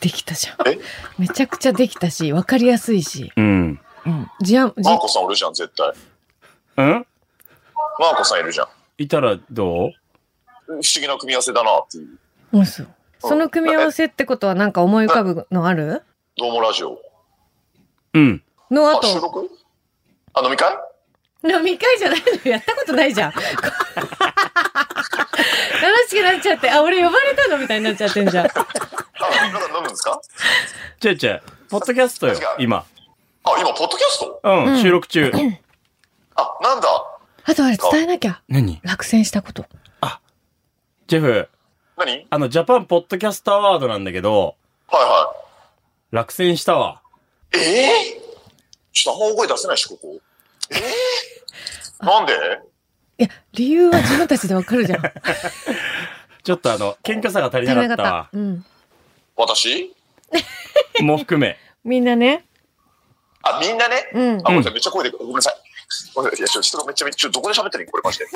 S3: できたじゃん
S6: え。
S3: めちゃくちゃできたし、わかりやすいし。
S2: うん。
S3: じゃん、じ
S6: マーコさんおるじゃん、絶対。
S2: うん
S6: マーコさんいるじゃん。
S2: いたらどう
S6: 不思議な組み合わせだなっていう。
S3: うんそうその組み合わせってことはなんか思い浮かぶのある
S6: どうもラジオ。
S2: うん。
S3: の
S6: あ
S3: あ、
S6: 収
S3: と、
S6: 録あ、飲み会
S3: 飲み会じゃないのやったことないじゃん。楽しくなっちゃって、あ、俺呼ばれたのみたいになっちゃってんじゃん。
S6: あ、皆さん飲むんですか
S2: ちょいちょい、ポッドキャストよ
S6: 違う、
S2: 今。
S6: あ、今、ポッドキャスト
S2: うん、収録中。
S6: あ、なんだ。
S3: あとあれ伝えなきゃ。
S2: 何
S3: 落選したこと。
S2: ジェフ、
S6: 何はい
S2: あの、ジャパンポッドキャストアワードなんだけど、
S6: は
S2: 落選したわ。
S6: い。えぇ、ちょっとあんま大声出せないし、ここ。えぇ、なんで
S3: いや、理由は自分たちでわか るじゃん。足
S2: ちょっとあの、謙虚さが足り
S3: り
S2: な
S3: な
S2: か
S3: か
S2: っ
S3: った
S2: わ
S3: た。。うん。
S6: 私
S2: も含め。
S3: みんなね。
S6: あ、みんなね。
S3: うん
S6: あ、ごめんなさい、めっちゃ声で、ごめんなさい。ごめんなさい、いや、ちょっと人がめっちゃめっちゃ、どこで喋ってるのこれま して。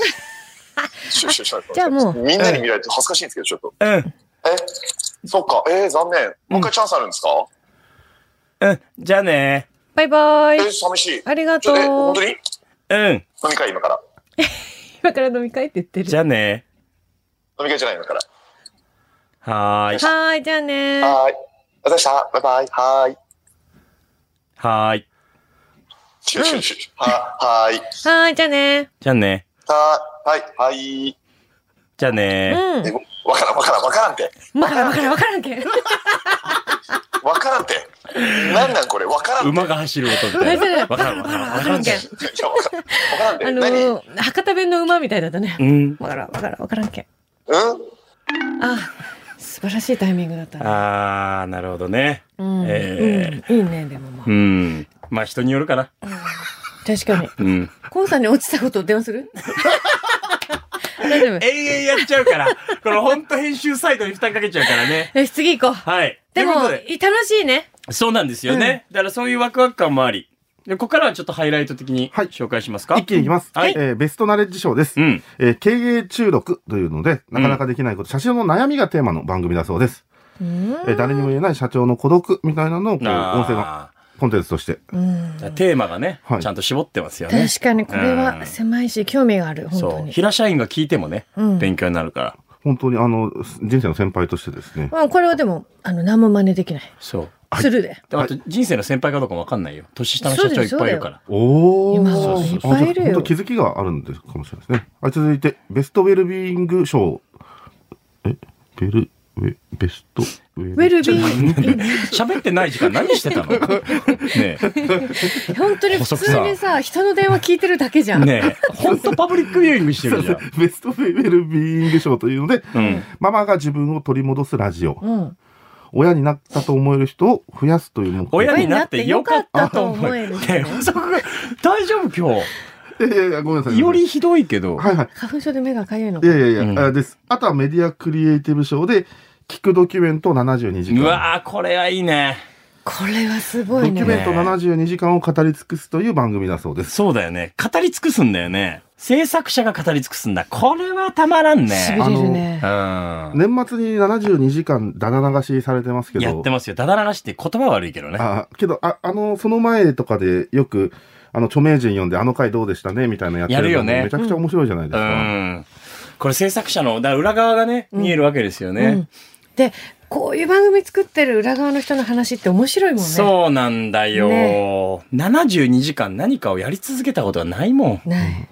S6: シュッシュッシュッ
S3: じゃあもう
S6: みんなに見られて恥ずかしいんですけど、ちょっと。
S2: うん、
S6: え、そっか、えー、残念。もう一回チャンスあるんですか、
S2: うん、じゃあね
S3: バイバイ
S6: え。ー、寂しい。
S3: ありが
S6: ち
S3: と
S6: ょえ、
S3: う。
S6: 本当に飲
S2: うん、
S6: み会今から。
S3: 今から飲み会って言って
S2: じ
S3: る。
S2: ゃあね
S6: 飲み会じゃない今から。
S2: はーい。
S3: はーい、じゃあねー。
S6: はーい。ありがとうございました。バイバイ。はーい。
S2: はーい。
S6: シュッシュッシュッシュッ。ははーい。
S3: はーい、じゃあね
S2: じゃあね
S6: はーい。はい。はい。
S2: じゃあね
S3: ー。
S6: えわからん、わからん、わからんって。
S3: うん。まだわからん、わからんけん。
S6: わからんって。なんなんこれ、わからんって。
S2: 馬が走る音みたいな。わからんわからんわか
S3: わから
S2: ら
S3: ん
S2: ん
S3: け
S2: け
S3: ん
S2: ん。。
S6: いや、わからん。わからんって。
S3: あの
S6: 何
S3: ー、博多弁の馬みたいだったね
S2: う。ん。
S3: わからん、わからん、わからんけん。
S6: うん
S3: あ、素晴らしいタイミングだったね。
S2: あー、なるほどね。
S3: うん、
S2: え
S3: うんいいね、でもまあ
S2: う。ん。まあ人によるかな。
S3: 確かに。
S2: うん。
S3: コンさんに落ちたこと電話する 大丈夫。
S2: 永遠やっちゃうから、この本当編集サイトに負担かけちゃうからね。
S3: よし、次行こう。
S2: はい。
S3: でも、
S2: ということ
S3: 楽しいね。
S2: そうなんですよね。だからそういうワクワク感もあり。で、ここからはちょっとハイライト的に
S4: はい
S2: 紹介しますか。
S4: 一気にいきます。
S2: はい
S4: えーベストナレッジ賞です。
S2: うん。
S4: えー経営中毒というので、なかなかできないこと、社長の悩みがテーマの番組だそうです。えー誰にも言えない社長の孤独みたいなのを、こう、音声の
S2: あ
S4: コンテンツとして。
S3: うん
S2: ーテーマがね、
S4: はい
S2: ちゃんと絞ってますよね。
S3: 確かに、これは狭いし、興味がある、本当
S2: そう。
S3: に。
S2: 平社員が聞いてもね、
S3: うん
S2: 勉強になるから。
S4: 本当に、あの、人生の先輩としてですね。
S3: うん、これはでも、あの、何も真似できない。
S2: そう。
S3: するで。
S2: であと人生の先輩かどうかもわかんないよ。年下の社長いっぱいいるから。
S4: おー。
S3: 今はねいっぱいいるよ
S4: あじゃあ本当気づきがあるんですかもしれないですね。はい、続いて、ベストウェルビーイング賞。え、ベル、ウェ、ベストウェ
S3: ウェルビー、
S2: 喋ってない時間何してたの ね
S3: 本当に普通にさ、人の電話聞いてるだけじゃ
S2: え。
S3: ん。
S2: ねえ。ほんとパブリックビューイングしてるじゃん。
S4: ベストウェルビーイング賞というので、
S2: うん。
S4: ママが自分を取り戻すラジオ。
S3: うん。
S4: 親になったと思える人を増やすという目標。
S2: 親になってよかったと思う。
S3: 親になって
S2: ね
S3: よかっ
S2: え
S3: たと思える
S2: そこが、大丈夫今
S4: いやいやいや、ごめんなさい。
S2: 日。よりひどいけど。
S4: はいはい。
S3: 花粉症で目がかゆいの
S4: い。やいやいや、
S2: うん
S4: あです。あとはメディアクリエイティブ賞で、聞くドキュメント72時間。
S2: うわーこれはいいね。
S3: これはす
S4: ド
S3: ご
S4: キ
S3: い
S4: ュ
S3: ね。
S4: メント72時間を語り尽くすという番組だそうです。
S2: そうだよね。語り尽くすんだよね。制作者が語り尽くすんだ。これはたまらん
S3: し
S2: ね
S3: び。れるね。
S2: うん。
S4: 年末に72時間ダダ流しされてますけど。
S2: やってますよ。だだ流しって言葉悪いけどね。
S4: あけど、あ、あの、その前とかでよく、あの、著名人呼んで、あの回どうでしたねみたいなやって
S2: やるよね
S4: のもめちゃくちゃ面白いじゃないです
S2: う
S4: か。
S2: ん。これ制作者の、だから裏側がね、見えるわけですよね。
S3: うんでこういう番組作ってる裏側の人の話って面白いもんね
S2: そうなんだよ、
S3: ね
S2: 72時間何かをやり続けたことはないもん。
S3: ない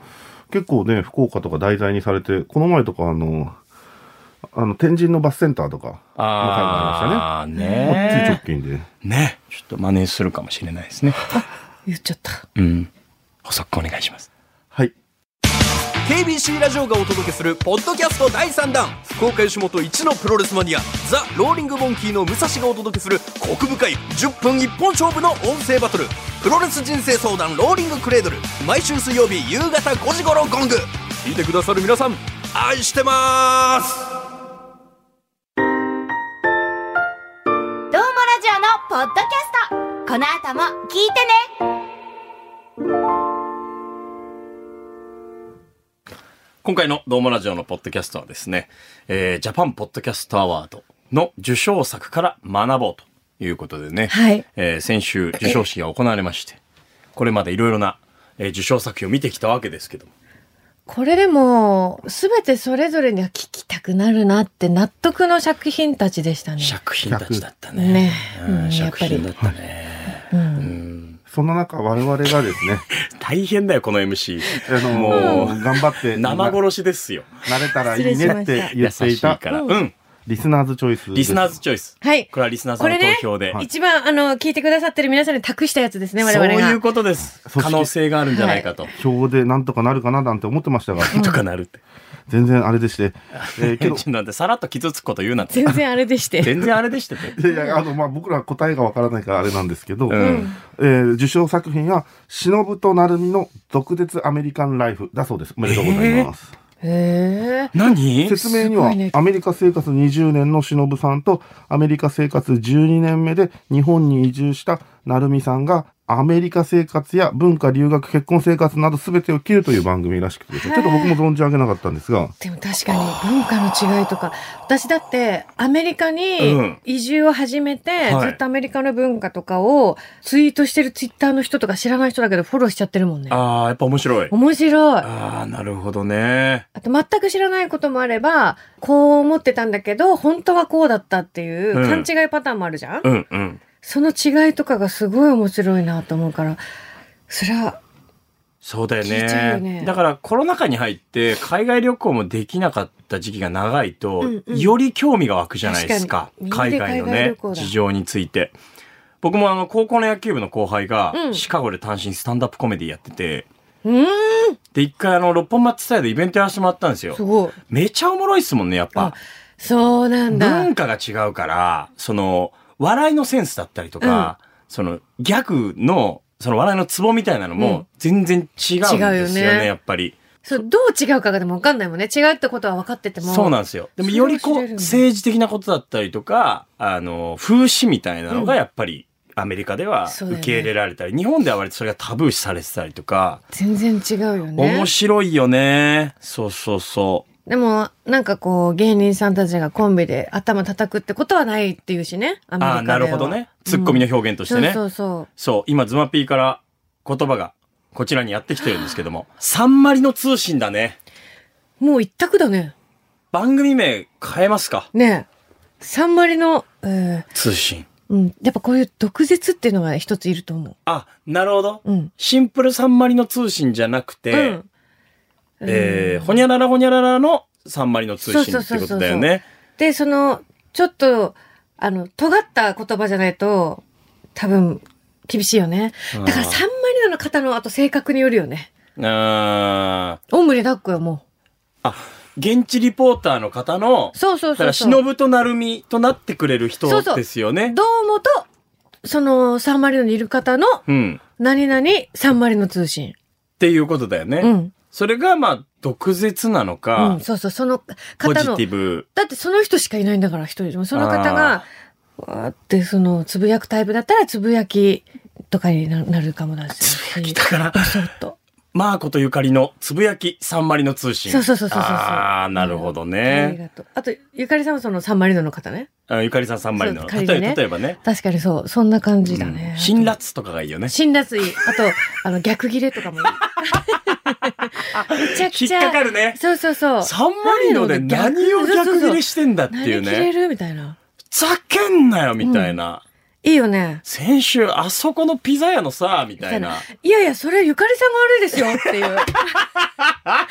S4: 結構ね、福岡とか題材にされて、この前とか、あの、あの、天神のバスセンターとか、
S2: ああ、
S4: つい直
S2: ね
S4: 近で。
S2: え。ねちょっと真似するかもしれないですね。
S3: 言っちゃった
S2: うん。補足お願いします。
S4: はい。
S7: KBC ラジオがお届けするポッドキャスト第3弾福岡吉本一のプロレスマニアザ・ローリング・モンキーの武蔵がお届けするコク深い10分一本勝負の音声バトルプロレス人生相談ローリングクレードル毎週水曜日夕方5時頃ゴング聞いてくださる皆さん愛してます
S8: どうもラジオのポッドキャストこの後も聞いてね
S2: 今回のドームラジオのポッドキャストはですね、えー、ジャパンポッドキャストアワードの受賞作から学ぼうということでね、
S3: はい
S2: えー先週受賞式が行われまして、これまでいろいろな、えー受賞作品を見てきたわけですけども、
S3: これでも全てそれぞれには聞きたくなるなって納得の作品たちでしたね
S2: 作品たちだったね。
S3: ね
S2: うん
S3: うんやっ
S2: 作
S3: ぱり
S2: 品だったね。
S4: そんな中、我々がですね、
S2: 大変だよ、この MC。
S4: あの
S2: もう、
S4: 頑張って、
S2: 生
S4: な
S2: 殺しですよ。
S4: 慣れたらいいねって言
S2: 優
S4: って
S2: しい
S4: いた
S2: か、ら。うん。
S4: リスナーズチョイスです。
S2: リスナーズチョイス。
S3: はい
S2: これはリスナーさんの
S3: これね
S2: 投票で。
S4: はい
S3: 一番、あの、聞いてくださってる皆さんに託したやつですね、我
S2: そう
S3: 々が。
S2: いうことです。
S4: 織
S2: 可能性があるんじゃないかと。
S4: 表でなんとかなるかななんて思ってましたが、
S2: とかなるって。
S4: 全然あれでして、え ーけ
S2: ちょ
S4: ど
S2: っ、となんてさらっと傷つくこと言うなんて
S3: 全。然あれでして。
S2: 全然あれでしたね。
S4: いやいや、あの、まあ、僕ら答えがわからないからあれなんですけど、
S2: うん。
S4: えー受賞作品は、忍と成海の毒舌アメリカンライフだそうです。おめでとうございます。
S3: へえ。
S2: 何
S4: 説明に
S3: すご
S4: はい
S3: ね、
S4: アメリカ生活20年の忍さんと、アメリカ生活12年目で日本に移住した成海さんが、アメリカ生活や文化、留学、結婚生活など全てを切るという番組らしくてですね、ちょっと僕も存じ上げなかったんですが、
S3: でも確かに文化の違いとか、私だってアメリカ
S2: う
S3: に
S2: ん
S3: 移住を始めて、
S2: はい
S3: ずっとアメリカの文化とかをツイートしてるツイッターの人とか知らない人だけどフォローしちゃってるもんね。
S2: ああ、やっぱ面白い。
S3: 面白い。
S2: ああ、なるほどね。
S3: あと全く知らないこともあれば、こう思ってたんだけど、本当はこうだったっていう
S2: うん
S3: 勘違いパターンもあるじゃん、
S2: うんうん。
S3: その違いとかがすごい面白いなと思うから、そりゃ、
S2: そうだよ
S3: 聞いちゃうよ
S2: ね
S3: ね
S2: だからコロナ禍に入って海外旅行もできなかった時期が長いと、
S3: うんうん
S2: より興味が湧くじゃないですか
S3: 確かに
S2: 海外の
S3: みんな海外
S2: ね
S3: 旅行だ
S2: 事情について僕もあの高校の野球部の後輩が、
S3: うん
S2: シカゴで単身スタンダップコメディやってて
S3: うーん、
S2: で一回あの六本松スタイルでイベントやらせてもらったんですよ
S3: すごい。
S2: めちゃおもろいっすもんねやっぱ
S3: あそうなんだ。
S2: 文化が違うから、その、笑いのセンスだったりとか、その、ギャグの、その笑いのツボみたいなの
S3: うん
S2: も、全然違うんですよね、
S3: 違うよね
S2: やっぱり。
S3: そう、どう違うかがでも分かんないもんね。違うってことは分かってても。
S2: そうなんですよ。でも、よりこ
S3: そ
S2: う
S3: れを知れる、んだ
S2: 政治的なことだったりとか、あの、風刺みたいなのが、やっぱり、アメリカでは
S3: そうだよ
S2: 受
S3: ね
S2: け入れられたり、日本では割とそれがタブー視されてたりとか、
S3: 全然違うよね
S2: 面。白いよね。そうそうそう。
S3: でも、なんかこう、芸人さんたちがコンビで頭叩くってことはないっていうしね。アメリカ
S2: あ
S3: では
S2: あ、なるほどね。ツッコミの表現としてね。
S3: そうそう
S2: そう、今、ズマピーから言葉がこちらにやってきてるんですけども、サンマリの通信だね。
S3: そう。もう一択だね。
S2: 番組名変えますか
S3: ねえ。サンマリの、えー、
S2: 通信。
S3: うん。やっぱこういう毒舌っていうのが一ついると思
S2: あ、なるほど。
S3: う。うん。
S2: シンプルサンマリの通信じゃなくて、
S3: うん。
S2: えー、ほにゃららほにゃららのサンマリの通信ってことだよね。
S3: で、その、ちょっと、あの、尖った言葉じゃないと、多分、厳しいよね。だから、サンマリノの方の、あと性格によるよね。
S2: あー
S3: オムレ抱っこよ、も
S2: あ、現地リポーターの方の
S3: う。、そうそう
S2: だか
S3: そう
S2: ら、
S3: そう。どう
S2: 忍となるみとなってくれる人
S3: そうそう
S2: ですよね。
S3: もと、その、サンマリノにいる方の、
S2: うん。
S3: 何々、サンマリノ通信。
S2: っていうことだよね。
S3: うん。
S2: それが、まあ、毒舌なの
S3: う
S2: か、
S3: ん、そうそう、その
S2: ポ
S3: 方
S2: ジ
S3: の
S2: ティ、ブ。
S3: だってその人しかいないんだから、一人でも。その方
S2: あ
S3: が、わーって、その、つぶやくタイプだったら、つぶやきとかにななるかもだし。つぶやき
S2: だから、
S3: そっと。
S2: マーコとゆかりのつぶやき三割の通信。
S3: そうそうそうそうそう
S2: ああ、なるほど
S3: あり
S2: ね。
S3: がとう。あと、ゆかりさんはそのサンマリノの方ね。
S2: あゆかりさん三割の。
S3: そう
S2: 例
S3: ゆかり
S2: え
S3: ね
S2: 例えばね。
S3: 確かにそう、そんな感じだね。
S2: 辛辣とかがいいよね。
S3: 辛辣いい。あと、あの、逆切れと かもいい。めちゃく
S2: 引っ
S3: ちゃ。
S2: かかるね。
S3: そうそうそう。
S2: 三割ので何を逆切れしてんだっていう
S3: 何切れ
S2: ね。
S3: るみたいな。
S2: ざけんなよみたいな。
S3: いいよね。
S2: 先週、あそこのピザ屋のさ、みたいな。
S3: いやいや、それゆかりさんが悪いですよっていう。あ、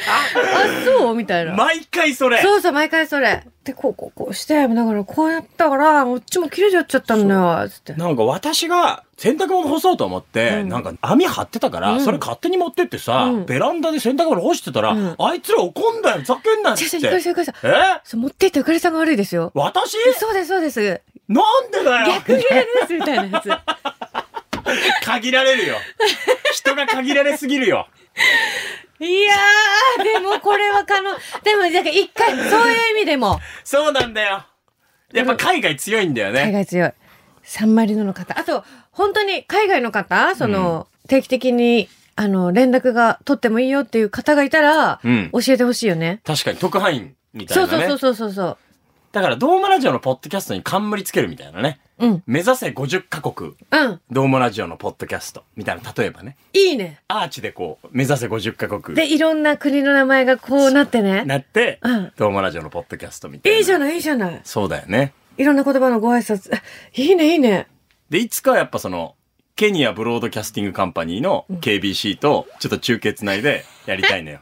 S3: そうみたいな。
S2: 毎回それ。
S3: そうそう、毎回それ。で、こう、こう、こうして、だからこうやったから、こっちも切れちゃっちゃったんだよ、つって。
S2: なんか私が洗濯物干そうと思って、
S3: うん
S2: なんか網張ってたから、
S3: うん
S2: それ勝手に持ってってさ、
S3: うん
S2: ベランダで洗濯物干してたら、
S3: うん
S2: あいつら怒んだよ、ざけんなっ
S3: 違
S2: つ
S3: う違う、
S2: っ
S3: ゆかり
S2: て。
S3: さん、ゆかりさん。
S2: え
S3: そう、持ってったゆかりさんが悪いですよ。
S2: 私
S3: そうです、そうです。
S2: なんでだよ
S3: 逆切れです、みた いなやつ。
S2: 限られる よ。人が限られすぎるよ。
S3: いやー、でもこれは可能。でも、なんか一 回、そういう意味でも、
S2: そうなんだよ。やっぱ海外強いんだよ
S3: 海
S2: ね。
S3: 外強い。サンマリノの方。あと、本当に海外の方、その、定期的に、あの、連絡が取ってもいいよっていう方がいたら、
S2: うん
S3: 教えてほしいよね。
S2: 確かに特派員みたい
S3: そ
S2: な
S3: う
S2: ね。
S3: そうそうそうそう。
S2: だから、ドームラジオのポッドキャストに冠つけるみたいなね。
S3: うん。
S2: 目指せ50カ国、
S3: うん。
S2: ドームラジオのポッドキャストみたいな、例えばね。
S3: いいね。
S2: アーチでこう、目指せ50カ国。
S3: で、いろんな国の名前がこうなってね。
S2: なって、
S3: うん
S2: ドームラジオのポッドキャストみたいな。
S3: いいじゃない、いいじゃない。
S2: そうだよね。
S3: いろんな言葉のご挨拶。あいいね、いいね。
S2: で、いつかはやっぱその、ケニアブロードキャスティングカンパニーの KBC と、ちょっと中継つないでやりた いのよ。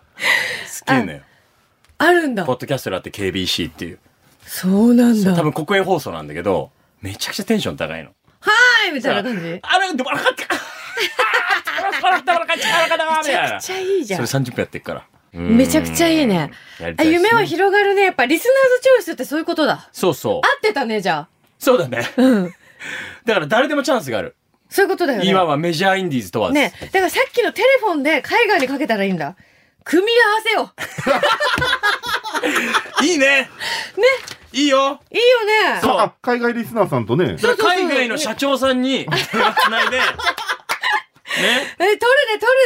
S2: すげえのよ。
S3: あるんだ
S2: ポッ。ドキャストだって KBC っていう。
S3: そうなんだ。
S2: 多
S3: は
S2: 分国営放送なんだけど、めちゃくちゃテンション高いの。
S3: ーいみたいな感じ。め
S2: あれ、でも、あらかった。あらかった、あらかった、あらかった、みた
S3: ち
S2: い
S3: ゃ
S2: な
S3: く。ちゃいいじゃん。
S2: それ30分やってっから。うん
S3: めちゃくちゃいいね。
S2: やりた
S3: あ
S2: いですね
S3: 夢は広がるね。やっぱリスナーズチョイスってそういうことだ。
S2: そうそう
S3: 合。ってたね、じゃあ。
S2: そうだね。
S3: うん。
S2: だから誰でもチャンスがある。
S3: そういうことだよね。
S2: 今はメジャーインディーズ問わず。
S3: ねだからさっきのテレフォンで海外にかけたらいいんだ。組み合わせよ。
S2: いいね。ね。いいよ。
S3: いいよね。
S2: そう
S4: あ海外リスナーさんと
S2: だか
S4: ね、
S2: ら
S3: そうそうそ
S2: 海
S3: う
S2: 外の社長さんに、つないで。ね。
S3: え、取るね、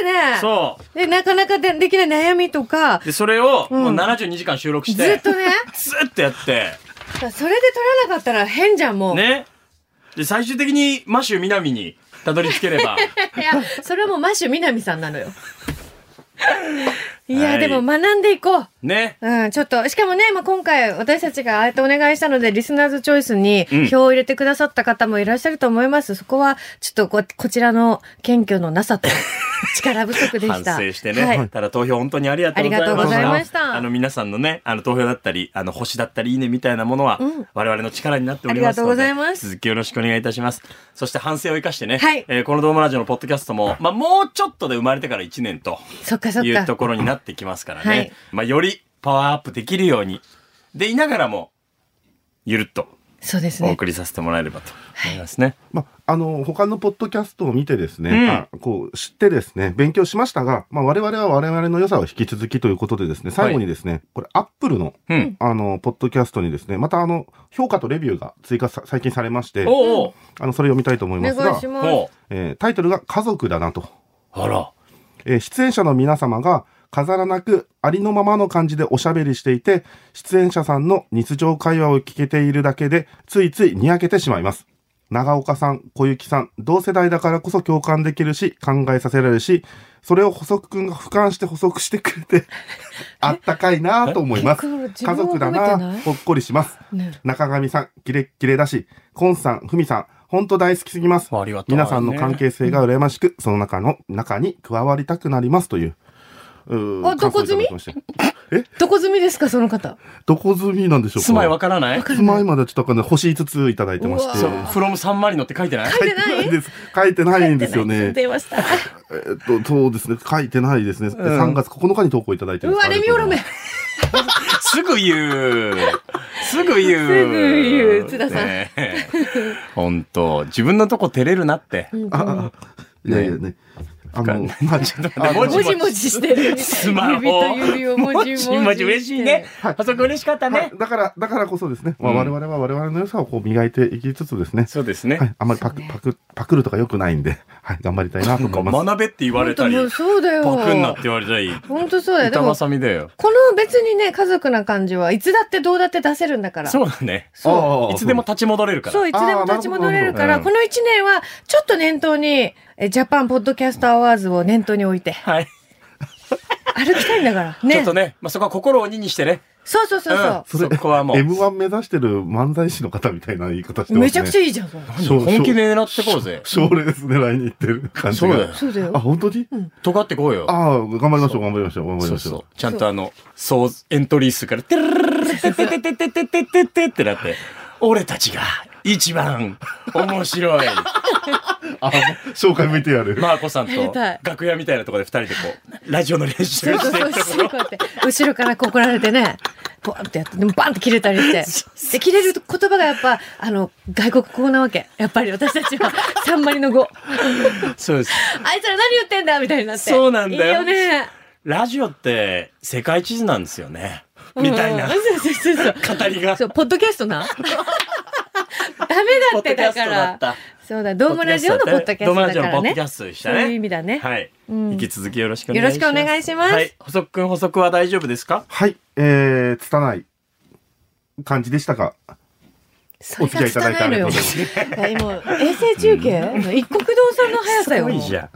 S3: 取るね。
S2: そ
S3: で、なかなかでできない悩みとか
S2: う。、で、それを、
S3: うん
S2: もう72時間収録し
S3: ず
S2: て
S3: っ、とね。
S2: ずっとやって、
S3: それで取らなかったら変じゃん、もう。
S2: ね。で、最終的に、マシュ南に、たどり着ければ。
S3: いや、それはもうマッシュ南さんな のよ。い
S2: は
S3: や、
S2: い
S3: でも学んでいこう。
S2: ね。
S3: うん、ちょっと、しかもね、まあ、今回私たちがあえてお願いしたので、リスナーズチョイスに
S2: うん
S3: 票を入れてくださった方もいらっしゃると思います。そこは、ちょっとこ、こちらの謙虚のな さと、力不足で
S2: 反
S3: した。
S2: 省して
S3: はい
S2: ね。ただ投票本当にありがとうございました。
S3: ありがとうございました
S2: あの皆さんのね、あの投票だったり、あの星だったりいいねみたいなものは
S3: うん、
S2: 我々の力になっておりますので。
S3: ありがとうございます
S2: 続きよろしくお願いいたします。そして反省を生かしてね、
S3: はい
S2: えーこのドームラジオのポッドキャストも、まあもうちょっとで生まれてから1年と
S3: そっかそ
S2: い
S3: っ
S2: うと
S3: か。
S2: ころになってきますからね。
S3: はい
S2: まあよりパワーアップできるように、でいながらも、ゆるっと
S3: そうです
S2: お
S3: ね。
S2: 送りさせてもらえればと思いますね。
S4: まあ、あの、他のポッドキャストを見てですね、
S2: うん
S4: あこう、知ってですね、勉強しましたが、まあ、我々は我々の良さを引き続きということでですね、最後にですね、これ、アップルの、
S2: うん。
S4: あの、ポッドキャストにですね、またあの、評価とレビューが追加さ、最近されまして、
S2: おう
S4: あの、それ読みたいと思い
S3: お
S4: ます
S3: 願
S4: が
S3: いし、
S2: おう
S3: ます。
S2: おう
S4: えータイトルが家族だなと。
S2: あら。
S4: えー出演者の皆様が飾らなくありのままの感じでおしゃべりしていて、出演者さんの日常会話を聞けているだけで、ついついにやけてしまいます。長岡さん、小雪さん、同世代だからこそ共感できるし、考えさせられるし、それを補足くんが俯瞰して補足してく れて、あったかいなと思います。
S3: 結構
S4: 家族だ
S3: 自分を褒めてな
S4: ないほっこりします。
S3: ね
S4: 中上さん、キレッキレだし、コンさん、ふみさん、ほんと大好きすぎます。
S2: ありがとうね
S4: 皆さんの関係性が羨ましく、その中の、中に加わりたくなりますという。うー
S3: あどこ住み
S4: 感想をいただきまして
S3: どこ済みですか、その方。
S4: どこ住みなんでしょうか
S2: 住まいわからない
S4: 住まいまでちょっとわかんない。星5ついただいてまして。
S3: う
S2: そう
S3: わ
S2: フロムサンマリノって書いて ない
S4: 書いてないです。書いてないんですよね。
S3: 出ました。
S4: えっと、そうですね。書いてないですね。
S2: ん
S4: 3月9日に投稿いただいて
S3: う
S4: ます。
S3: わ、レミオロメン。
S2: すぐ言う。すぐ言う。
S3: すぐ言う津田さん
S2: ねえ。本当自分のとこ照れるなって。
S4: あ。いやいやね。あの、まあ、ちょっと
S2: 待って
S3: もじもじしてる。
S2: スマホ。
S3: 指と指をもじもじして。
S2: もじ嬉しいね。
S4: はい
S2: あそこ嬉しかった
S4: はい
S2: ね。
S4: だから、だからこそですね、まあ、
S2: うん
S4: 我々は我々の良さをこう磨いていきつつですね、
S2: そうです
S4: は
S2: ね。
S4: い、あんまりパク、パク、パクるとか良くないんで、はい、頑張りたいなと思います。
S2: 学べって言われ
S3: 本
S2: た
S3: 当
S2: り
S3: もう、そうだよ。
S2: パクンなって言われたり、
S3: 本当そうだよ。で
S2: 板
S3: も、
S2: 挟みだよ。
S3: この別にね、家族な感じはいつだってどうだって出せるんだから。
S2: そうだね。
S3: そ
S4: ああ
S2: いつでも。立ち戻れる
S3: う。
S2: か
S3: そう、
S2: ら。
S3: いつでも立ち戻れるから、
S2: あーなる
S3: こ
S2: ほ
S3: の一年は、ちょっと念頭に、えジャパンポッドキャストアワーズを念頭に置いて、
S2: はい。
S3: 歩きたいんだから。
S2: ちょ
S3: ね
S2: っ。とね、まあそこは心を鬼にしてね。
S3: そうそうそうそ
S2: うんそこはもう。
S4: M1 目指してる漫才師の方みたいな言い方して
S3: う。
S4: ますね。
S3: めちゃくちゃ
S4: ゃ
S3: いいじゃん、それ
S2: 本気で狙ってこうぜ。
S4: 賞レース狙いに行ってる感じが。
S2: そうだよ
S3: そうだ
S4: あ、
S3: よ。
S4: 本当に
S2: 尖ってこうよ。
S4: ああ、頑張りましょう、頑張りましょう、頑張り
S2: そ
S4: ま
S2: う
S4: し
S2: そう
S4: ょ。
S2: ちゃんとあの、そう、エントリー数から、てるるるててててててててててってなって、俺たちが一番面白い。
S4: う。あ、紹介 VTR。
S2: マーコさん
S3: やり
S2: と
S3: たい
S2: 楽屋みたいなところで二人でこう、ラジオの練習
S3: そう
S2: し
S3: そう
S2: て
S3: そう
S2: るとこ
S3: そうそうこうやって後ろからこう怒られてね、ボーンってやって、でもバンって切れたりして。で、切れる言葉がやっぱ、あの、外国語なわけ。やっぱり私たちは、3割 の語。
S2: ろ。そうです。
S3: あいつら何言ってんだみたいになって。
S2: そうなんだよ
S3: いいよね。
S2: ラジオって世界地図なんですよね。みたいな
S3: うんうんそうそうそうそう。
S2: 語りが。
S3: そう、ポッドキャ ストな。ダメだ
S2: ポ
S3: っ
S2: ッド
S3: て
S2: キャ
S3: だ
S2: スト
S3: か
S2: だ
S3: ら
S2: っ。た。
S3: そうだ、ドームラジオのポッドキャスト
S2: ドームラ
S3: だ
S2: ジオの
S3: か
S2: ポッ
S3: ら
S2: ド
S3: ね
S2: キ。ャストでした
S3: そういう意
S2: ね。
S3: 味だね。
S2: はい。
S3: ん
S2: 引き続きよろしくお願い
S3: よ
S2: しま
S3: ろ
S2: す。
S3: しくお願いします
S2: はい。補足くん補足は大丈夫ですか
S4: はい、えー、つたない感じでしたか
S3: そ
S4: お
S3: れ
S4: 付き合いいただいてありがとうございます。
S3: が拙いのよ。もう衛星中継の一国堂さんの速さ
S2: す
S3: よ。
S2: ごいじゃん。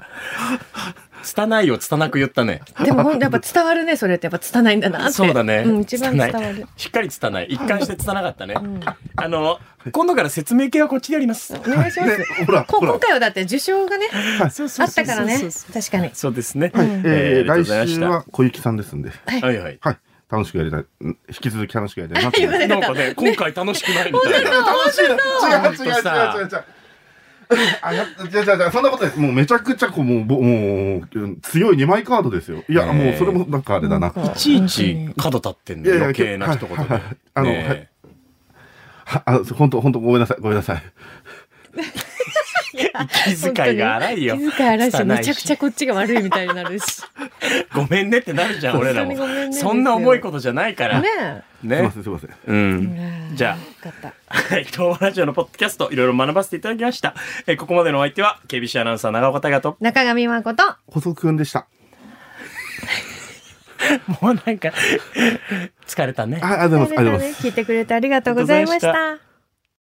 S2: 拙いを拙く言ったね。
S3: でもほんやっぱ伝わるね、それって。やっぱ伝ないんだなって。
S2: そうだね。
S3: うん、一番伝
S2: 拙
S3: わ
S2: い
S3: る。
S2: しっかり伝ない。一貫して伝なかったね。
S3: うん
S2: あの、今度から説明系はこっちでやります。
S3: お願いします。
S4: ほら、
S3: こ
S4: ほら
S3: 今。回はだって受賞がね、あ
S2: そうそうそ
S3: っ
S2: うそう
S3: たからね。確かに。
S2: そうですね。
S4: はい、
S2: え
S4: え
S2: ー
S4: ー、
S2: ありがとうご
S4: 来
S2: ざいまし
S4: 週
S2: た
S4: は小雪さんですんで、
S2: はいはい。
S4: はい、楽しくやりたい、うん引き続き楽しくやりたいなと思いま す。
S2: なんかね、今回楽しくないみたいな。
S4: 楽しいな。違
S2: 本
S4: う違う違う
S2: 当さ
S4: 違う違う。あ、いや違う違う違う、そんなことです。もうめちゃくちゃこう、もう、ぼもう、強い2枚カードですよ。いや、
S2: ねえ
S4: もうそれもなんかあれだな。
S2: いちいち角立ってんの余計な一言で
S4: はいはいはい。 あの
S2: ねえ
S4: はいはあ、本当本当ごめんなさい、ごめんなさい。
S2: 気遣いが荒 いよ。
S3: 気遣い荒いし、
S2: 拙
S3: めちゃくちゃこっちが悪いみたいになるし。
S2: ごめんねってなるじゃん、俺らも
S3: 本当にごめん。ね
S2: そんな重いことじゃないから。
S3: ね
S2: ね。
S4: すいません、すいません。
S2: うん。
S3: え。
S2: じゃあ
S3: よかった。
S2: はい。東和ラジオのポッドキャスト、いろいろ学ばせていただきました。えーここまでのお相手は、KBC アナウンサー長岡大和と。
S3: 中上真子と、
S4: 補足くんでした。
S2: もうなんか、疲れたね。
S4: あ、ありがとうございます。ありがとうございます。
S3: 聞いてくれてありがとうございまし
S2: ありがとうござい
S3: た。